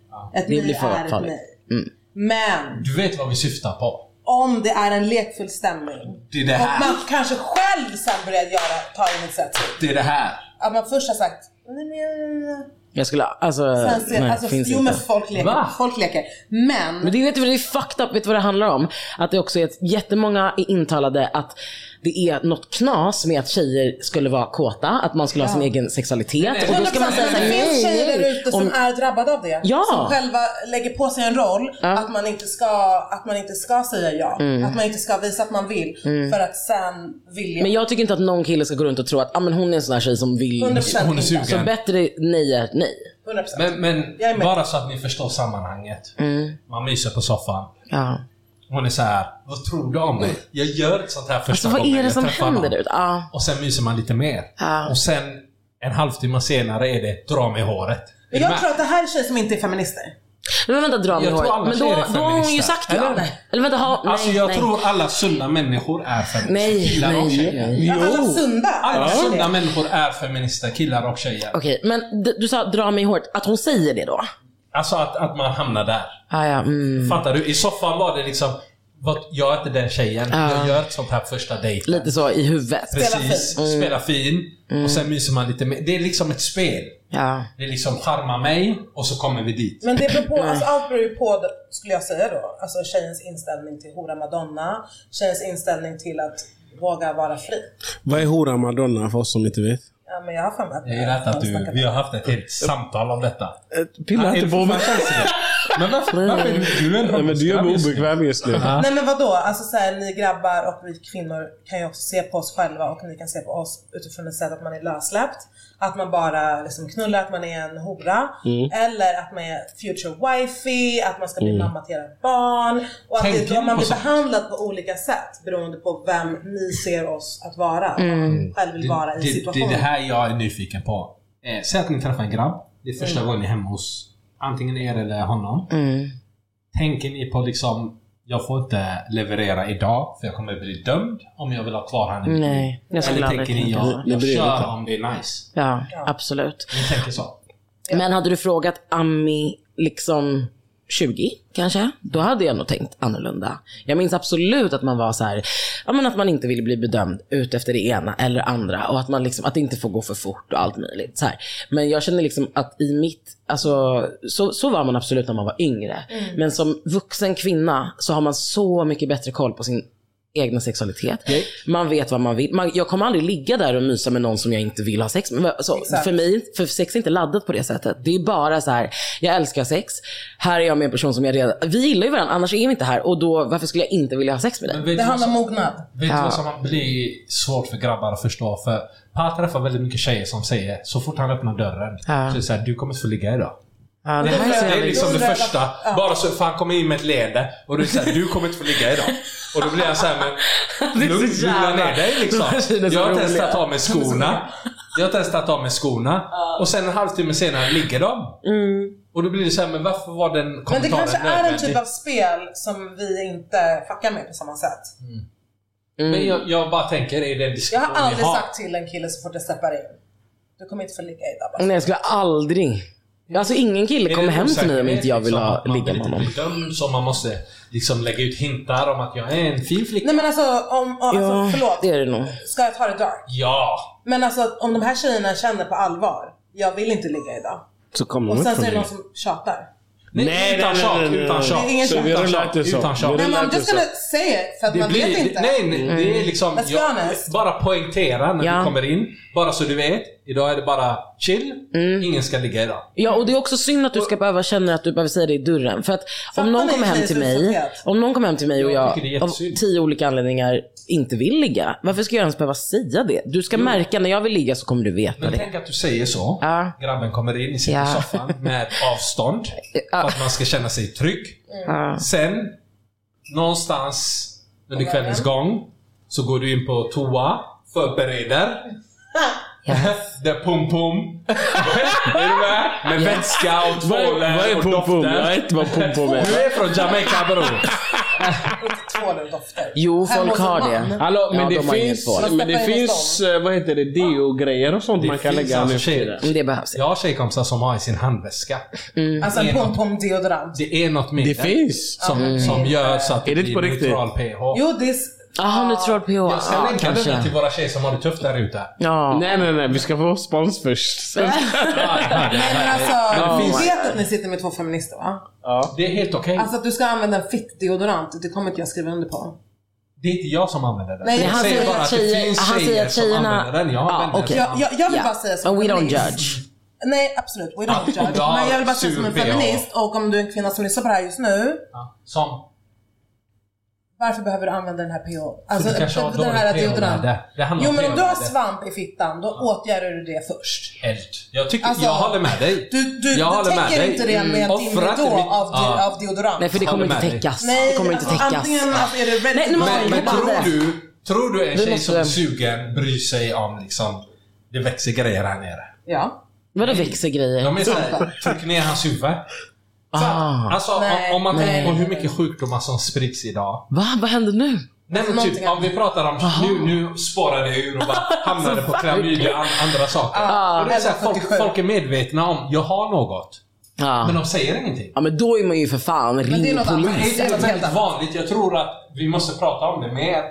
C: Det
F: Ett nej
C: blir Mm. för
F: är ett
C: farligt.
F: nej. Men
E: Du vet vad vi syftar på.
F: om det är en lekfull stämning
E: Det är det
F: och
E: här.
F: man kanske själv sen börjar göra, ta initiativ.
E: Det är det här.
F: Att man först har sagt nej men jag-
C: Jag skulle, alltså,
F: Sen ser,
C: nej,
F: alltså,
C: finns
F: jo
C: inte.
F: men folk leker.
E: Va?
F: Folk leker. Men,
C: Men det, vet du, vad det är fucked up, vet du vad det handlar om? Att det också är ett, jättemånga är intalade att det är något knas med att tjejer skulle vara kåta, att man skulle ha sin egen sexualitet.
E: Nej, nej.
C: Och då ska man säga såhär,
F: det finns
C: nej,
F: tjejer där
C: nej.
F: ute som
C: Om-
F: är drabbade av det.
C: Ja.
F: Som själva lägger på sig en roll att, man inte ska, att man inte ska säga ja.
C: Mm.
F: Att man inte ska visa att man vill. För att sen vilja.
C: Men jag tycker inte att någon kille ska gå runt och tro att ah, men hon är en sån här tjej som vill.
F: 100%
E: Hon är
C: Så
F: inte.
E: sugen.
C: bättre nej är nej.
F: 100%.
E: Men, men
F: Jag är med.
E: bara så att ni förstår sammanhanget.
C: Mm.
E: Man myser på soffan.
C: Ja.
E: Hon är så här. vad tror du om mig? Jag gör ett sånt här första
C: Alltså vad
E: gången
C: är det
E: jag
C: som
E: träffar
C: händer
E: någon.
C: där ute? Ja.
E: Och sen myser man lite mer.
C: Ja.
E: Och sen en halvtimme senare är det dra mig i håret.
F: Men jag tror att det här är tjejer som inte är feminister.
C: Men vänta, dra mig
E: Jag tror
C: håret.
E: alla
C: Men
E: tjejer
C: då,
E: är
C: då har hon ju
E: feminister.
C: sagt ja.
E: Eller?
C: Eller vänta, ha, nej,
E: Alltså jag
C: nej.
E: tror alla sunda människor är feminister.
C: Nej,
E: Killar och
C: nej,
E: tjejer.
C: nej.
F: Ja, Alla sunda.
E: Alla
F: Ja.
E: sunda människor är feminister, killar och tjejer.
C: Okej, men d- du sa dra mig hårt. Att hon säger det då?
E: Alltså att, att man hamnar där.
C: Ah, ja, mm.
E: Fattar du? I soffan var det liksom, vad, jag är inte den tjejen. Jag gör ett sånt här första dejt.
C: Lite så i huvudet.
E: Precis, spela fin. Och sen myser man lite mer. Det är liksom ett spel.
C: Ja.
E: Det är liksom charma mig och så kommer vi dit.
F: Men det beror på, alltså allt beror ju på skulle jag säga då. Alltså tjejens inställning till hora madonna. Tjejens inställning till att våga vara fri.
D: Vad är hora madonna för oss som inte vet?
F: Ja, men jag har för mig att
E: Jag gillar inte att du, vi har haft ett helt samtal om detta.
D: Pilla
E: Är
D: inte
E: du
D: på mig.
E: fan känslig? Ah, (laughs) Men varför, varför är du, du är en Ah.
D: Nej, men du gör mig
E: just nu.
D: obekväm just nu.
E: Ja.
F: Nej men vadå, alltså så här, ni grabbar och vi kvinnor kan ju också se på oss själva och ni kan se på oss utifrån ett sätt att man är lössläppt. Att man bara liksom knullar, att man är en hora.
E: Mm.
F: Eller att man är future wifey, att man ska bli mamma till era barn. Och att
E: Tänker
F: det,
E: ni
F: man
E: Mm. på
F: blir
E: sånt?
F: behandlad på olika sätt beroende på vem ni ser oss att vara. Vad man själv vill vara i
E: Mm. det, det, det
F: situationen.
E: är det här jag är nyfiken på. Eh, säg att ni träffar en grabb. Det är första gången ni är hemma hos antingen er eller honom. Tänker ni på liksom, jag får inte leverera idag för jag kommer bli dömd om jag vill ha kvar henne. i mitt liv.
C: Nej, jag skulle
E: Eller
C: aldrig
E: tänker ni,
C: tänka
E: jag,
C: så.
D: Det
E: jag
D: bryr jag
E: kör
D: inte.
E: om det är nice.
C: Ja, absolut.
E: Ni tänker så.
C: Men hade du frågat Ami liksom 20 kanske, då hade jag nog tänkt annorlunda. Jag minns absolut att man var så här, ja, men att man inte ville bli bedömd ut efter det ena eller andra och att, man liksom, att det inte får gå för fort och allt möjligt. Så här. Men jag känner liksom att i mitt, alltså, så, så var man absolut när man var yngre. Men som vuxen kvinna så har man så mycket bättre koll på sin egna sexualitet. Man vet vad man vill. Man, jag kommer aldrig ligga där och mysa med någon som jag inte vill ha sex med. Så, för mig, för sex är inte laddat på det sättet. Det är bara så här, jag älskar sex. Här är jag med en person som jag redan... Vi gillar ju varandra, annars är vi inte här. Och då, varför skulle jag inte vilja ha sex med dig?
E: Men vet
F: Det
E: du vad
F: handlar
E: som-
F: om mognad.
E: Vet du vad som blir svårt för grabbar att förstå? För Per träffar väldigt mycket tjejer som säger så fort han öppnar dörren
C: Ja.
E: så är det så här, du kommer inte få ligga idag.
C: Ja,
E: Det,
C: här
E: här
C: så
E: är
C: jävla-
E: liksom det
F: Undrar-
E: första. Bara så för han kommer in med ett leende och du säger du kommer inte få ligga idag. Och då blir jag såhär,
F: (laughs)
E: men
C: Det är så
E: lugn, lugna
C: jävla-
E: ner dig liksom.
C: De här tjejerna är så
E: Jag har
C: roliga.
E: testat av mig skorna. Jag har testat av mig skorna. Och sen en halvtimme senare ligger de. Och då blir det såhär, men varför var den
F: Mm. Men det
E: kommentaren
F: kanske är en
E: nödvändig?
F: typ av spel som vi inte fuckar med på samma sätt.
E: Men
C: Mm.
E: jag, jag bara tänker, är det en
F: Jag
E: diskussion
F: har aldrig
E: vi har?
F: sagt till en kille så fort jag steppar in. Du kommer inte få ligga idag bara.
C: Nej, jag skulle aldrig... Alltså ingen kille
E: Är
C: kommer
E: det
C: hem till mig om
E: osäkerhet,
C: inte jag vill
E: liksom,
C: ha,
E: att man
C: ligga med
E: blir
C: honom.
E: lite Bedömd, så man måste liksom lägga ut hintar om att jag är en fin flicka.
F: Nej men alltså, om, om,
C: Ja,
F: alltså förlåt.
C: det är det nog.
F: Ska jag ta det dark?
E: Ja!
F: Men alltså om de här tjejerna känner på allvar, jag vill inte ligga idag.
D: Så kommer
F: Och
D: de
F: sen
D: inte
F: så
D: från
F: är det någon
D: dig.
F: som tjatar.
E: Nej,
D: Nej,
E: utan
D: nej,
E: tjat,
D: nej, nej, nej.
E: utan tjat.
F: Det är ingen
E: utan
F: tjat.
D: Vi
E: tjat,
D: rullar inte så.
E: Utan
D: Vi
E: tjat.
F: Nej men I'm
D: lät ju
F: just gonna say it för att
E: Det
F: man vet
E: blir,
F: inte.
E: det, nej, nej, det är liksom...
F: Let's be
E: Jag,
F: honest.
E: bara poängtera när
C: Mm. Ja.
E: du kommer in. Bara så du vet. Idag är det bara chill.
C: Mm.
E: Ingen ska ligga idag.
C: Ja, och det är också synd att du ska behöva känna att du behöver säga det i dörren. För att om någon
F: ni
C: kommer hem
F: tjejers
C: till mig,
F: utsatthet?
C: om någon kommer hem till mig och
E: Jag
C: jag
E: tycker det är
C: av
E: jättesynd.
C: tio olika anledningar inte vill ligga, varför ska jag ens behöva säga det? Du ska märka när jag vill ligga så kommer du veta
E: Men
C: det.
E: tänk att du säger så.
C: Ja.
E: Grabben kommer in, sitter
C: Ja.
E: i soffan
C: (laughs)
E: med avstånd.
C: Ja.
E: För att man ska känna sig trygg.
C: Ja.
E: Sen, någonstans under kvällens gång, så går du in på toa, förbereder. (laughs) The pum-pum. är du med? Med vätska och
D: Vad är-
E: tvålen
D: vad är
E: och
D: pum-pum?
E: doften.
D: Jag vet inte vad pum-pum
E: (laughs)
D: är.
E: Du är från Jamaica bror.
F: Tvålen dofter.
C: Jo,
F: Hemma
C: folk
F: hos en
C: har
F: man.
C: det.
D: Hallå, men
C: Ja,
D: det
C: de har ingen
D: finns,
C: tvål.
F: Man
D: men det
F: stoppar in hos
D: finns eh, vad heter det, deo-grejer och sånt
E: Det
D: man kan
E: finns
D: lägga
E: alltså
D: nu för
E: tjejer.
D: tiden.
C: Men Det behövs.
E: Jag har tjejkompisar som har i sin handväska.
C: Mm.
F: Alltså en pom-pom deodorant.
E: Det är något
D: Det
E: medel
D: finns.
E: som,
C: Mm.
E: som gör så att det,
D: Är det
E: blir
D: på riktigt?
E: neutral pH.
F: Jo, det är... s-
C: Jaha, neutral pH.
E: Jag ska
C: Ja,
E: länka den till
C: kanske.
E: våra tjejer som har det tufft där ute.
C: Ja.
D: Nej, nej, nej. Vi ska få spons först.
F: Nej men alltså,
C: det
F: ni
C: finns-
F: vet att ni sitter med två feminister va?
C: Mm.
E: Det är helt okej.
F: Alltså att du ska använda en fitt deodorant, det kommer inte jag skriva under på.
E: Det är inte jag som använder den.
F: Nej,
E: jag
F: han säger
E: bara
C: att
E: att det
C: tjejer-
E: finns
C: han säger
E: tjejer
C: att
E: som
C: tjejerna-
E: använder den. Jag
C: Ja,
E: använder
C: okej.
E: den.
F: Jag, jag, jag vill
C: Ja.
F: bara säga som
C: And alltså, we don't
F: feminist-
C: judge.
F: Nej absolut, we
E: (laughs) Ja,
F: don't judge.
E: jag
F: Men jag vill bara säga
E: sur
F: som en
E: PA.
F: feminist och om du är en kvinna som lyssnar på det här just nu.
E: Ja, Som
F: Varför behöver du använda den här Alltså, PO?
E: du kanske har dåligt pH värde. Det handlar
F: Jo
E: om
F: men om
E: pH
F: du har
E: värde.
F: svamp i fittan, då åtgärdar du det först.
E: eld. Jag, tycker,
F: Alltså,
E: jag håller med dig.
F: Du, du,
E: jag
F: du
E: håller med
F: tänker
E: dig.
F: inte det med en
E: Mm.
F: dimridå
E: Offrat är mitt-
F: av, de,
E: Ja.
F: av deodorant.
C: Nej, för det
E: Håller
C: kommer inte
E: med dig.
C: täckas.
F: Nej,
C: Det kommer inte
F: alltså,
C: täckas.
F: Antingen alltså, är det ready
C: Nej, men-
F: to go.
E: Men, men
C: Håller
E: tror
C: med.
E: du, tror du en
C: Vi
E: tjej som är
C: måste-
E: sugen bryr sig om liksom, det växer grejer här nere?
F: Ja.
C: Vadå växer grejer?
E: De är såhär, tryck ner hans huvud. Så,
C: Ah.
E: alltså om-
F: Nej,
E: om man
F: nej.
E: tänker på hur mycket sjukdomar som sprids idag.
C: Va? Vad händer nu?
E: Nej men
F: Någonting
E: typ, om vi pratar om, nu, nu spårar det ur och
C: (laughs)
E: bara hamnade på klamydia och an- andra saker. och det är så här, folk,
F: 1177.
E: folk är medvetna om, jag har något. Men
C: Ja.
E: de säger ingenting.
C: ja, men då är man ju för fan
F: Men det är
C: ring
F: något annat.
C: polis.
F: Det
E: Det
F: är
E: är
F: något helt
E: väldigt
F: annat.
E: vanligt, jag tror att vi måste prata om det
C: (laughs)
E: mer.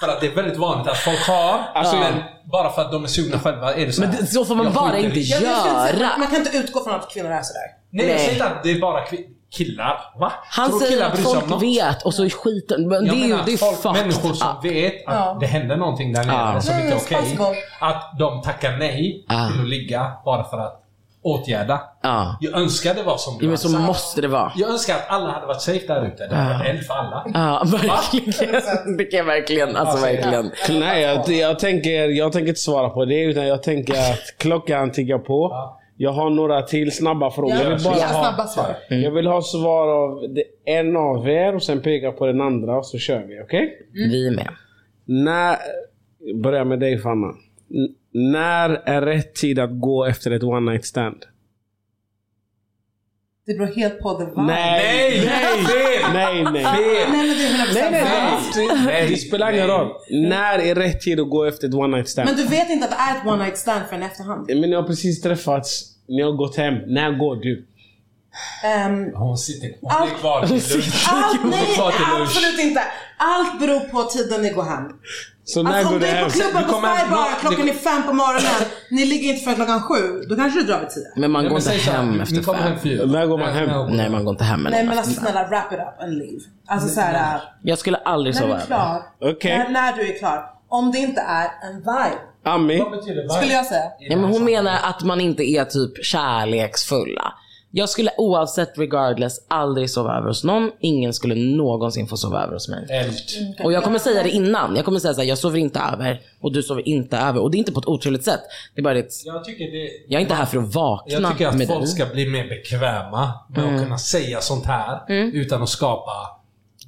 E: För att det är väldigt vanligt att folk har, men bara för att de är sugna själva är det
C: Alltså-
E: så
C: Men
E: här,
C: det, så får man
E: jag
C: bara
E: skiter
C: inte
E: i-
F: Ja, men jag skulle inte säga-
C: göra.
F: Man kan inte utgå från att kvinnor är sådär.
E: Nej, jag
C: Nej.
E: säger inte att det är bara kvi- killar. Va?
C: Han
E: Tror
C: säger
E: killar
C: att
E: bryr sig om
C: folk
E: något?
C: vet och så skiter men det
E: Jag
C: är ju
E: menar,
C: det är
E: folk, människor
C: fucked
E: som
C: up.
E: vet att
F: Ja.
E: det händer någonting där nere
C: Ja.
E: som
F: Mm,
E: inte är
F: it's
E: okej.
F: possible.
E: Att de tackar nej
C: Ja.
E: till att ligga bara för att åtgärda.
C: Ja.
E: Jag önskar det var som du
C: Jo,
E: har
C: men så
F: Alltså-
E: sagt.
C: måste det vara.
E: Jag önskar att alla hade varit safe där ute. Det hade varit en för alla.
C: Ja, verkligen. (laughs) Det kan jag verkligen, alltså verkligen.
D: Nej, jag, jag, tänker, jag tänker inte svara på det, utan jag tänker att klockan tickar på.
E: Ja.
D: Jag har några till snabba frågor. Jag vill, bara
F: Ja,
D: ha,
F: snabba svar.
D: jag vill ha svar av det- en av er och sen peka på den andra och så kör vi. Okej?
C: Vi är med.
D: När... Börja med dig Fanna. N- när är rätt tid att gå efter ett one night stand?
F: Det beror helt på the vibe.
D: Nej!
E: Fel!
D: Nej, nej.
F: Nej men det är 100%
D: nej.
F: sant.
E: Nej!
D: Det spelar ingen roll. När är rätt tid att gå efter ett one night stand?
F: Men du vet inte att det är ett one night stand förrän i efterhand?
D: Men ni har precis träffats, ni har gått hem. När går du?
E: (laughs)
F: Ehm,
E: Hon sitter hon är
F: Allt-
E: kvar till lunch.
F: allt,
E: Hon är
F: Ah, nej,
E: kvar till lunch.
F: absolut inte. Allt beror på tiden ni går hem.
D: Så när
F: Alltså,
D: går
F: om
D: du
F: du är
D: hem?
F: på klubben
E: Du
F: på
E: kommer hem-
F: Spybar,
E: nå-
F: klockan
E: det-
F: är fem på morgonen, ni ligger inte förrän klockan sju, då kanske du drar vid tio.
C: Men man
E: Nej,
C: går
E: men
C: inte
E: säg så här,
C: hem
E: ni
C: efter
E: kommer
C: fem.
E: hem fyra.
D: När går man
E: Nej,
D: hem?
E: när går man
C: Nej, man går inte hem
F: Nej
C: en afton.
F: men alltså snälla wrap it up and leave. Alltså såhär,
C: Jag skulle aldrig
F: när du
C: sova
F: är
C: över.
F: klar.
D: Okej.
F: När, när du är klar. Om det inte är en vibe,
D: Ami?
E: Vad betyder det?
F: skulle jag säga.
C: Ja, men hon menar att man inte är typ kärleksfulla. Jag skulle oavsett regardless aldrig sova över hos någon. Ingen skulle någonsin få sova över hos mig.
E: Eld.
C: Och jag kommer säga det innan. Jag kommer säga såhär, jag sover inte över och du sover inte över. Och det är inte på ett otrevligt sätt. Det är bara det,
E: Jag tycker det
C: jag är inte här för att vakna
E: Jag tycker att
C: med
E: folk
C: dig. Mm.
E: ska bli mer bekväma med att kunna säga sånt här utan att skapa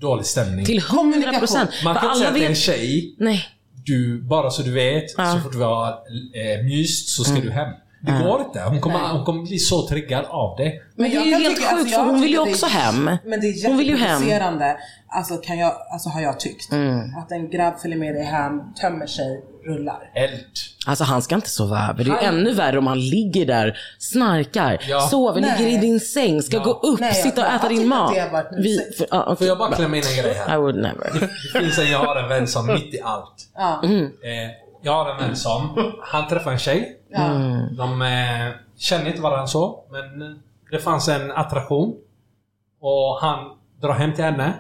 E: dålig stämning.
C: Till 100 procent.
E: Man kan inte säga att det är en tjej,
C: Nej.
E: du, bara så du vet, så fort vi har eh, myst så ska
C: Mm.
E: du hem. Det går inte. Hon kommer, hon kommer bli så triggad av det.
C: Men det är ju
F: jag kan
C: helt
F: tycka- alltså,
C: sjukt för
F: jag
C: hon vill ju
F: tycker det
C: också
F: är-
C: hem.
F: Men det är
C: Hon vill ju hem.
F: jätteprovocerande, alltså, kan jag, alltså har jag tyckt.
C: Mm.
F: Att en grabb följer med dig hem, tömmer sig, rullar.
E: Eld.
C: Alltså han ska inte sova över. Det är ju
E: Han-
C: ännu värre om han ligger där, snarkar,
E: Ja.
C: sover,
F: Nej.
C: ligger i din säng, ska gå upp,
F: Nej, jag-
C: sitta och
F: jag
C: äta din
F: tycker
C: mat.
F: att det har varit
C: Vi,
F: mysigt.
C: för, ja,
E: Får
C: okej.
E: jag bara klämma in en grej här?
C: I would never.
E: Det finns en, jag har en vän som mitt i allt.
F: Ja.
E: Eh, jag har en vän som, han träffade en tjej.
F: Ja.
E: De eh, känner inte varandra så, men eh, det fanns en attraktion. Och han drar hem till henne.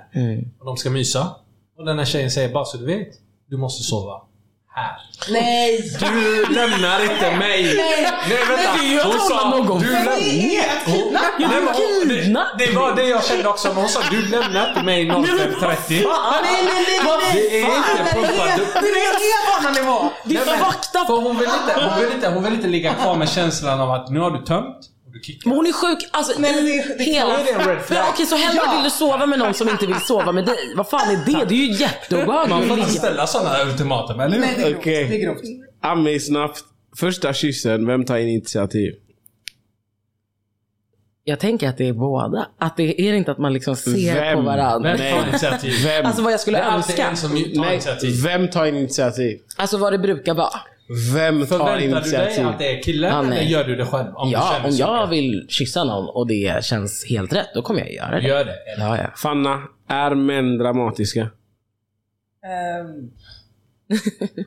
E: Och de ska mysa. Och den här tjejen säger bara så du vet, du måste sova här.
F: Nej!
E: Du lämnar inte mig! Nej,
C: gör
E: vänta! Hon sa,
C: honom någon
E: du
C: gång.
E: lämnar...
F: Det är att kidnappa!
E: Nej, men hon-
C: Kidnappning.
E: det, det var det jag kände också, men hon sa du lämnar inte mig 05.30.
F: Nej, nej, nej, nej!
E: Det är
F: Det
E: inte
F: är,
E: pumpat upp.
F: det är barnanivå!
C: Det är
E: Nej, men-
C: fucked up.
E: För hon vill, inte, hon, vill inte, hon vill inte ligga kvar med känslan av att nu har du tömt, och du kickar.
C: Men hon är sjuk alltså,
F: Men
C: i
F: det- det-
C: hela...
F: det är en red flag.
C: Men Okej, så hellre
F: Ja.
C: vill du sova med någon som inte vill sova med dig. Vad fan är det? Det är ju
E: Man får inte
C: jätteobehagligt.
E: ställa sådana ultimatum, eller hur?
F: Nej, det är grovt.
D: Okej.
F: Det är grovt. Ehm,
D: Ami, snabbt. Första kyssen, vem tar initiativ?
C: Jag tänker att det är båda. Att det är inte att man liksom ser
D: Vem?
C: på varandra.
E: Vem tar initiativ?
D: Vem?
C: Alltså vad jag
E: Det
C: skulle
E: är alltid
C: önska.
E: en som tar
D: Nej,
E: initiativ.
D: vem tar initiativ?
C: Alltså vad det brukar vara.
D: Vem tar
E: Förväntar du dig
D: initiativ?
E: att det är killen
C: Ah, nej.
E: eller gör du det själv? Om du
C: Ja,
E: känner
C: om
E: så?
C: jag vill kyssa någon och det känns helt rätt, då kommer jag göra det.
E: Gör det. Eller?
C: Ja, ja.
D: Fanna, är män dramatiska?
F: Ehm,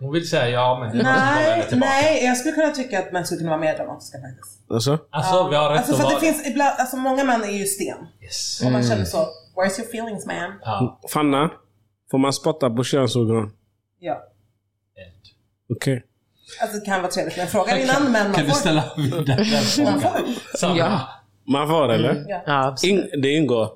E: Hon vill säga ja, men det måste hålla henne
F: nej,
E: tillbaka.
F: nej, jag skulle kunna tycka att män skulle kunna vara mer dramatiska faktiskt.
D: Alltså?
E: Alltså, vi har rätt
F: Alltså
E: att
F: för att
E: vara
F: det finns ibland, alltså många män är ju sten.
E: Yes.
F: Och man känner så, where's your feelings man?
E: Ja.
D: Fanna, får man spotta på könsorgan?
F: Ja.
D: Okej.
F: Alltså det kan vara trevligt med en fråga innan men
E: Kan
F: man
E: du
F: får...
E: ställa vidare den
F: Man
E: frågan?
F: får.
E: Samma.
C: Ja.
D: Man får eller?
F: Mm.
C: Ja, absolut.
D: In, det ingår.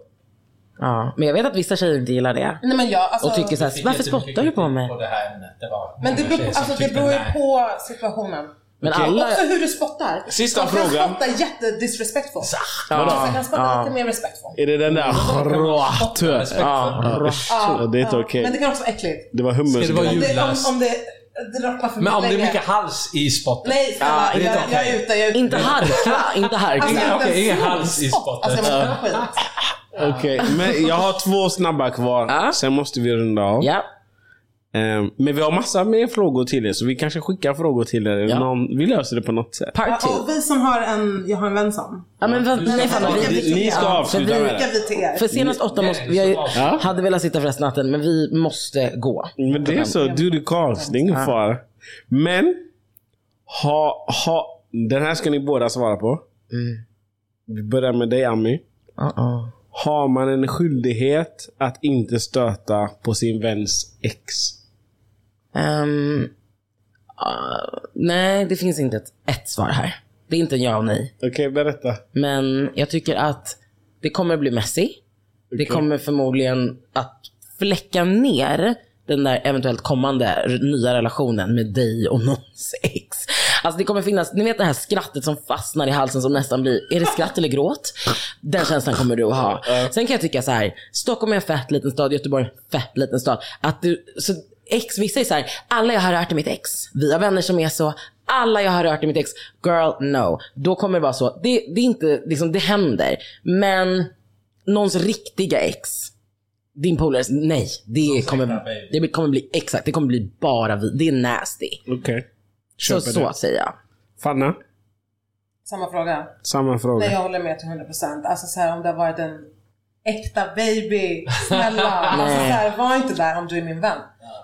C: ja. Men jag vet att vissa tjejer inte gillar det.
F: Nej men ja, alltså.
C: Och tycker så här,
E: Fick
C: varför
E: jättemycket
C: spottar du på
E: kritik
C: mig?
E: På det här ämnet. Det var
F: Men det
E: många
F: beror,
E: tjejer som
F: alltså, det
E: tyckte,
F: beror ju
E: nej.
F: på situationen.
C: Men
D: Okej.
C: alla...
F: Också hur du spottar.
D: Sista
F: Man kan
D: frågan.
F: spotta jättedisrespectful.
C: Ja.
F: Man kan spotta
C: Ja.
F: lite mer respectful.
D: Är det den där rötö?
E: Respekt
D: Ja,
E: för-
D: rötö. Det är inte okej.
F: Men det kan också vara äckligt.
D: Det var
E: Ska det vara
F: Om
D: hummus.
F: det, om,
E: Julas.
F: om det, det droppar för
E: Men om det är
F: länge.
E: mycket hals i spotten.
F: Nej, snälla.
E: det är
F: jag,
E: inte
F: jag
E: okej.
F: är ute, jag är ute.
C: Inte harkla, inte harkla.
E: Ingen-
F: inte
E: okej,
F: ens
E: ingen hals i
F: spott.
E: spottet.
F: Alltså, jag måste skit.
D: Okej, men jag har två snabba kvar.
C: Ja.
D: Sen måste vi runda av.
C: Ja.
D: Ehm, Men vi har massa mer frågor till er, så vi kanske skickar frågor till er.
C: Ja.
D: Någon, vi löser det på något sätt.
C: Part
F: Ja,
C: two.
F: och vi som har en, jag har en vän som.
C: Ja, men vad, nej, fan,
F: Ja,
C: vi,
F: vi-
D: Ni ska
C: Ja,
D: avsluta
C: för vi-
D: med
F: Vilka
D: det.
F: vi till er.
C: för senast åtta måste... Vi har ju,
D: Ja.
C: hade velat sitta för resten av natten, men vi måste gå.
D: Men det är så, do the calls. Det är ingen fara. Men, ha, ha, den här ska ni båda svara på. Vi börjar med dig Ami.
C: Uh-uh.
D: Har man en skyldighet att inte stöta på sin väns ex?
C: Ehm, ah, nej, det finns inte ett, ett svar här. Det är inte en ja och nej.
D: Okej, berätta.
C: Men jag tycker att det kommer bli messy. Det kommer förmodligen att fläcka ner den där eventuellt kommande r- nya relationen med dig och någons ex. Alltså det kommer finnas, ni vet det här skrattet som fastnar i halsen som nästan blir, är det skratt eller gråt? Den känslan kommer du att ha. Sen kan jag tycka så här, Stockholm är en fett liten stad, Göteborg är en fett liten stad. Att du, så ex, vissa är så här, alla jag har rört är mitt ex. Vi har vänner som är så, alla jag har rört är mitt ex. Girl, no. Då kommer det vara så. Det, det är inte, liksom, det händer. Men någons riktiga ex. Din polares, nej. Det kommer, det kommer bli, exakt, det kommer bli bara vi. Det är nasty.
D: Okej.
C: Så,
D: Köper
C: så
D: det.
C: säger jag.
D: Fanna,
F: Samma fråga.
D: samma fråga.
F: Nej, jag håller med till 100%. Alltså så här om det har varit en äkta baby, snälla.
D: (laughs)
F: alltså så här, var inte där om du är min vän.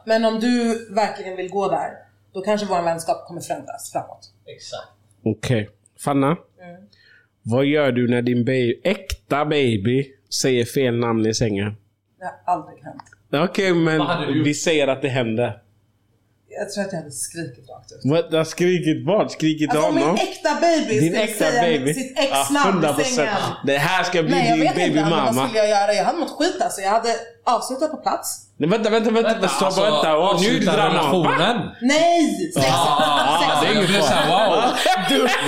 F: Men om du verkligen vill gå där, då kanske vår vänskap kommer förändras framåt.
E: Exakt.
D: Okej. Fanna, vad gör du när din ba- äkta baby säger fel namn i sängen?
F: Det har aldrig hänt.
D: Okej, men
E: Vad hade du gjort?
D: vi säger att det hände.
F: Jag tror att jag hade skrikit rakt ut.
D: What? Jag har skrikit vad? Skrikit
F: Alltså om min
D: honom?
F: äkta baby
D: Din
F: skulle
D: äkta
F: säga
D: baby?
F: sitt
D: Ja,
F: ex-namn i
D: 100%.
F: sängen.
D: Det här ska bli
F: Nej jag
D: din
F: vet
D: baby
F: inte, men vad
D: mamma.
F: skulle jag göra? Jag hade mått skit alltså. Jag hade avslutat på plats.
D: Nej, vänta, vänta, vänta. vänta, stopp, vänta. Åh, nu är det drama.
E: alltså, relationen. Alltså,
F: Nej! Sex!
E: Ah,
F: sex.
E: det är ingen fara. Wow.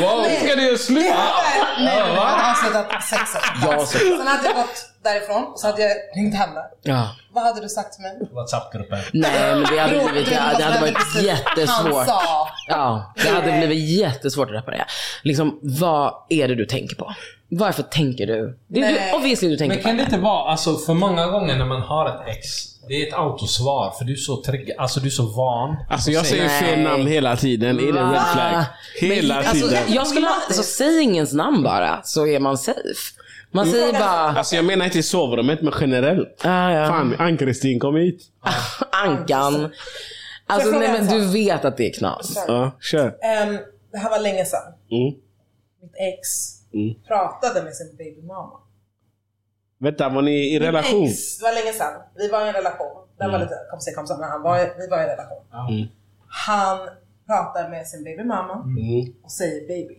E: wow.
D: Nu ska det göra slut.
F: Nej, nej, nej, jag hade avslutat sexet. Sen hade jag gått därifrån och så hade jag ringt henne.
C: Ja.
F: Vad hade du sagt till mig?
E: Whatsapp-gruppen.
C: Nej men det hade blivit,
F: Bror,
C: ja, det hade varit
F: precis. Han
C: jättesvårt.
F: sa.
C: Ja, det hade blivit jättesvårt att reparera. Liksom, vad är det du tänker på? Varför tänker du? Det är
F: Nej.
C: du, obviously du tänker
E: Men
C: på
E: kan det
C: det.
E: inte vara, alltså för många gånger när man har ett ex, det är ett autosvar för du är så trigger, alltså du är så van.
D: Alltså jag säger fel
C: Nej.
D: namn hela tiden. Är det
C: Va?
D: red flag? Hela
C: Men, alltså,
D: tiden.
C: jag skulle ha, så säg ingens namn bara, så är man safe. Man
F: Mm.
C: säger bara, "Ah,
D: Alltså jag menar inte i sovrummet, men generellt.
C: ja, ja.
D: Fan, Ann-Kristin kom hit.
C: Ankan. Alltså
F: fråga
C: nej
F: en
C: men
F: sak?
C: du vet att det är knas.
D: Ja, kör.
F: Ehm, det här var länge sedan.
D: Mm.
F: Mitt ex
E: Mm.
F: pratade med sin babymamma.
D: Vänta, var ni i
F: Mitt
D: relation?
F: Ex, det var länge sedan. Vi var i en relation. Det
E: Mm.
F: var lite kompisar kompisar, men han var, vi var i en relation. Han pratar med sin babymamma
E: Mm.
F: och säger baby.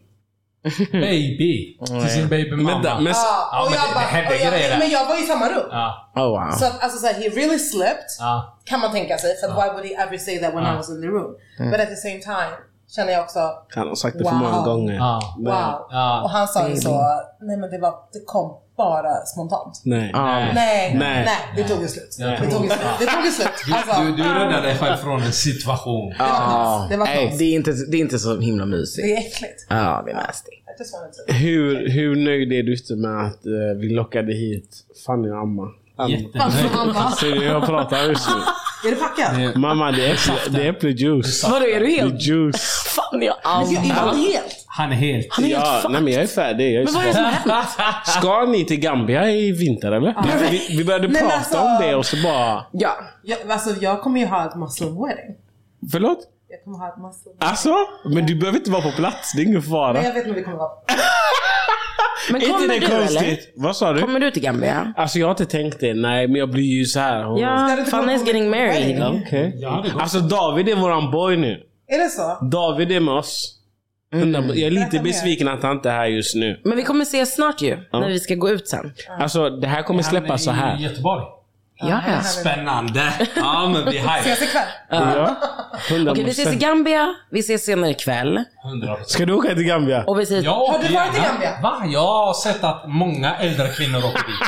E: Baby. Till sin baby mamma.
D: Vänta, men,
F: Ja,
E: Ja,
F: och
E: men
F: jag
E: det-
F: bara-
E: det händer
F: och jag-
E: grejer där.
F: Men jag var i samma rum.
E: Ja,
C: Oh, wow.
F: Så att alltså såhär, he really slipped.
E: ja. Mm.
F: kan man tänka sig. För att why would he ever say that when I was in the room? But at the same time känner jag också,
D: Han har sagt det för
F: Wow.
D: många gånger.
E: Ja.
D: Men-
F: wow.
E: Ja. Mm.
F: Och han sa ju så, nej men det, var, det kom bara spontant.
D: Nej.
E: Nej.
F: Nej,
D: Nej.
F: nej, det tog ju slut.
E: Jag
F: Det
E: tror-
F: tog ju slut. Det tog ju slut. Alltså,
E: Du, du räddade dig själv från en situation.
C: Ja.
F: Det var
C: Nej,
F: kaos.
C: det, är inte, det är inte så himla mysigt.
F: det är äckligt.
C: Ja, det är nasty.
F: I just wanted to-
D: Hur, hur nöjd är du inte med att eh, vi lockade hit Fanny och Amma? Amma.
E: Jättenöjd.
D: Ser du hur Alltså, jag pratar just nu?
F: Är du packad?
E: Det-
D: Mamma, det är, äpple, det är äpplejuice.
C: Vadå, är du
D: Det är
C: helt...
D: juice.
C: Fan, jag
F: Jag
C: aldrig...
F: är inte helt.
E: Han är helt...
D: Ja, nej men jag är färdig. Jag är
C: Vad är det som
D: svar.
C: händer?
D: Ska ni till Gambia i vinter eller? Vi, vi började
F: Nej, men
D: prata
F: alltså-
D: om det och så bara...
C: Ja.
F: Jag, alltså, jag kommer ju ha ett muslim wedding.
D: Förlåt?
F: Jag kommer ha ett muslim
E: Ah,
F: wedding.
D: Alltså? Men du behöver inte vara på plats. Det är ingen fara.
F: Men jag vet inte om det kommer vara.
C: Men
D: Är
C: kommer
D: inte
C: du
D: det
C: eller?
D: konstigt? Vad sa du?
C: Kommer du till Gambia?
D: Alltså jag har inte tänkt det. Nej, men jag blir ju så här. Hon-
F: Ska du
C: Ja,
F: inte
C: Fanny
F: gå
C: is
F: på
C: getting
F: min
C: married.
F: wedding?
D: Okej.
E: Ja, det går.
D: Alltså David är våran boy nu.
F: Är det så?
D: David är med oss. Jag är lite besviken att han inte är här just nu.
C: Men vi kommer ses snart ju, när vi ska gå ut sen.
D: Alltså det här kommer
E: Han är
D: släppas så
E: I
D: här.
E: Göteborg.
C: Ja, ja.
E: Spännande. Ja, men vi är hype.
F: Ses ikväll?
D: Ja. 100%.
C: Okej, vi ses i Gambia, vi ses senare ikväll.
E: 100%.
D: Ska du åka till Gambia?
C: Och vi ses...
E: Jag
F: Har du
E: åker
F: varit i
E: gärna.
F: Gambia?
E: Va? Jag har sett att många äldre kvinnor åker dit.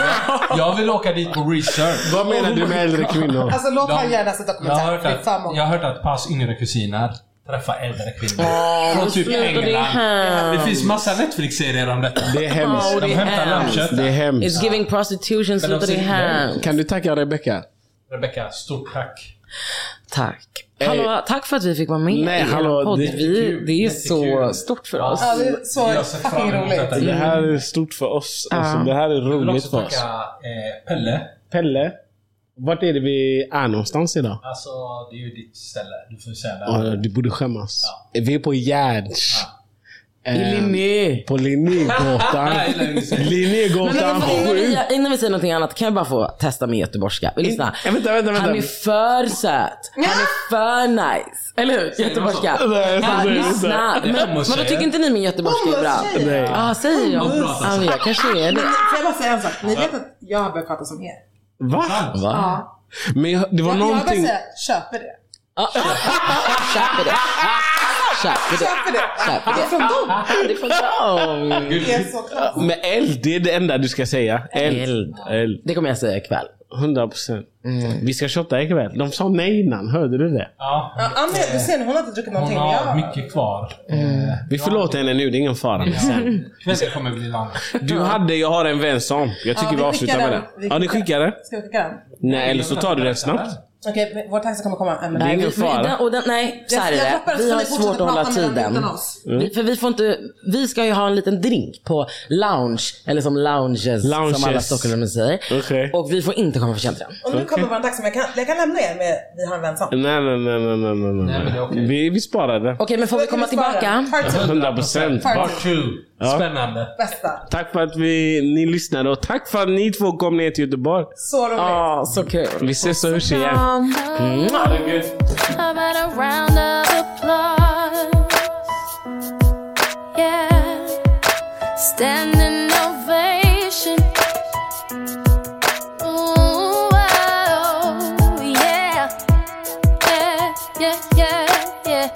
F: Ah!
E: jag vill åka dit på research.
D: Vad menar du med äldre kvinnor?
F: Alltså låt
E: De-
F: han göra nästa
E: Jag har,
F: dokumentär.
E: hört
F: Det är för
E: att,
F: många.
E: jag har hört att pass yngre kusiner träffar äldre kvinnor. Från typ
C: Sluta, det är
E: England.
C: hemskt.
E: Det finns massa Netflix-serier om detta.
D: Det är hemskt.
E: De hämtar lammkött.
D: Det är
C: It's
D: hemskt.
C: giving prostitution, sluta
E: de
C: det
E: ser-
C: är hemskt.
D: Kan du tacka Rebecca?
E: Rebecka, stort tack.
C: Tack. Hallå, tack för att vi fick vara med
D: Nej,
C: i
D: hallå,
C: er podd.
D: det-
C: vi, Eh, det är så
E: jättekul.
C: stort för oss.
F: Ja, det är så
E: Jag ser fram
F: fucking
E: emot
F: roligt.
E: detta.
D: Det här är stort för oss. Alltså, det här är
E: Jag vill
D: roligt
E: också
D: för oss.
E: tacka eh, Pelle.
D: Pelle, vart är det vi är någonstans idag?
E: Alltså, det är ju ditt ställe. Du får säga det.
D: Ja, du borde skämmas. Vi är på Gärds.
C: I
D: Eh,
C: Linné.
D: På Linnégatan.
E: Jag gillar hur du säger.
C: Men
D: Linnégatan
C: vänta, innan,
D: 7.
C: vi, innan vi säger någonting annat, kan jag bara få testa min göteborgska? Vill lyssna?
D: Ja, vänta, vänta, vänta.
C: Han är för söt. Han är för nice. Eller hur? Göteborgska.
D: Nej, så
C: Ja,
D: säger vi inte.
C: Lyssna. Men, men
E: Hummus,
C: vad tycker inte ni min göteborgska är bra?
F: Hummus-tjejer.
D: Nej.
C: Ja, säger jag.
E: Hummus.
C: Ja, men jag kanske är
F: Men
C: det.
F: Får jag bara säga en sak? Ni vet att jag har börjat prata som er?
D: Va?
C: Va?
D: Men jag- det
F: Jag, jag
D: var
F: har börjat
D: någonting...
F: säga, köper det.
C: Ja. Köper det. Köper det.
F: Köper det.
C: Köper det. Från dem. Det är från dem.
F: Det är så klart.
D: Men eld, det är det enda du ska säga. Eld.
C: Eld.
D: Eld.
C: Det kommer jag säga ikväll.
D: 100 procent. Vi ska shotta ikväll. De sa nej innan, hörde du det?
E: Ja,
F: Ja, Annie, du ser nu, hon har inte druckit
E: hon
F: någonting.
E: har
F: Jag-
E: mycket kvar. Eh,
D: Vi förlåter henne nu, det är ingen fara. Men sen.
E: Kvällen Eh, kommer bli lång.
D: Du hade Jag har en vän som. Jag tycker
F: Ja,
D: vi
F: vi
D: avslutar
F: skickar
D: med
F: den.
D: det.
F: Vi
D: Ja, ni
F: skickar
D: skickar den?
F: Ska vi skicka den?
D: Nej, eller så tar du den snabbt.
F: Okej, men vår taxi kommer komma en minut.
D: Det är
C: Nej,
D: ingen
C: vi- men
D: fara.
C: den- Och den, nej, så här är
F: Jag
C: det.
F: droppar
C: Vi
F: så
C: har
F: ni
C: svårt
F: fortsätter
C: att hålla
F: prata med varandra
C: tiden.
F: utan oss.
D: Mm.
C: Vi, för vi får inte, vi ska ju ha en liten drink på lounge, eller som lounges,
D: Lounges.
C: som alla stockholmare säger.
D: Okej.
C: Och vi får inte komma för sent.
F: Och nu kommer vår taxi, men jag kan, jag kan lämna er med Vi har en vän som.
D: Nej, nej, nej, nej, nej, nej,
E: Nej, men det är okej.
D: Vi, vi sparar det.
C: Okej, men får vi komma tillbaka?
F: Part two.
D: 100 procent.
E: Part two. Spännande.
F: Bästa.
D: Tack för att vi, ni lyssnade och tack för att ni två kom ner till Göteborg.
F: Så roligt.
C: Ja, så kul.
D: Vi ses och hörs igen.
G: I'm at a round of applause. Yeah, standing ovation. Ooh, oh, yeah, yeah, yeah, yeah, yeah.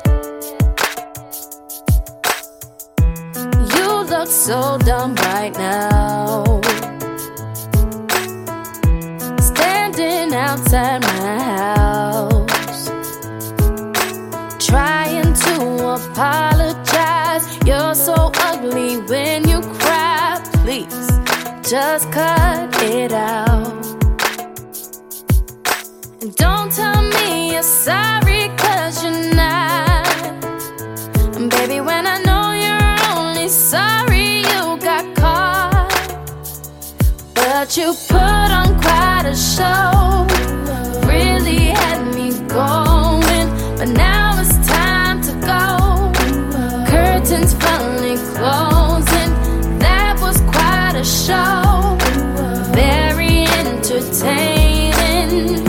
G: You look so dumb right now. Standing outside my house trying to apologize. You're so ugly when you cry. Please just cut it out. And don't tell me you're sorry, cause you're not. And baby, when I know you're only sorry you got caught. But you put on quite a show. Really had me going. But now it's time to go. Curtains finally closing. That was quite a show. Very entertaining.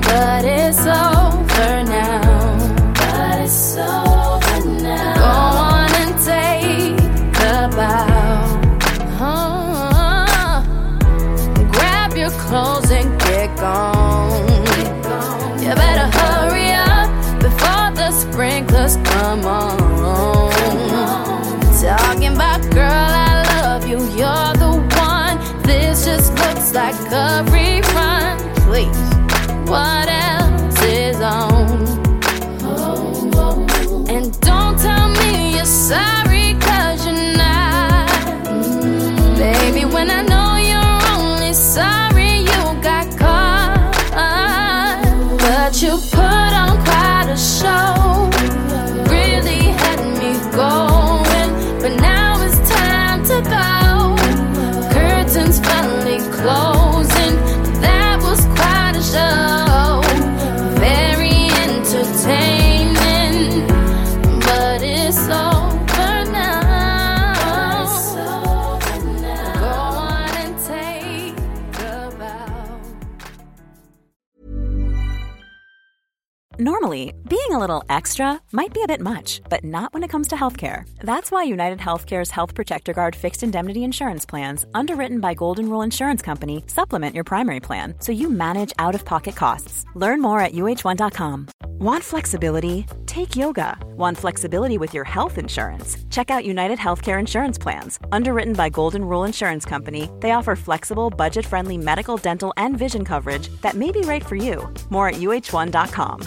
G: But it's over now. But it's over now. Go on and take a bow. Oh, grab your clothes and get gone. You better hurry up before the sprinklers just come on. Talking about girl, I love you, you're the one. This just looks like a rerun. Please, what else is on? And don't tell me you're sorry, cause you're not. Baby, when I know you're only sorry you got caught. But you put on quite a show. Really had me going. But now it's time to go. Curtains finally closing. That was quite a show. Very entertaining. But it's over now. Go on and take a bow.
H: Normally, being a little extra might be a bit much, but not when it comes to healthcare. That's why United Healthcare's Health Protector Guard fixed indemnity insurance plans, underwritten by Golden Rule Insurance Company, supplement your primary plan so you manage out of pocket costs. Learn more at uh1.com. Want flexibility? Take yoga. Want flexibility with your health insurance? Check out United Healthcare Insurance Plans. Underwritten by Golden Rule Insurance Company, they offer flexible, budget friendly medical, dental, and vision coverage that may be right for you. More at uh1.com.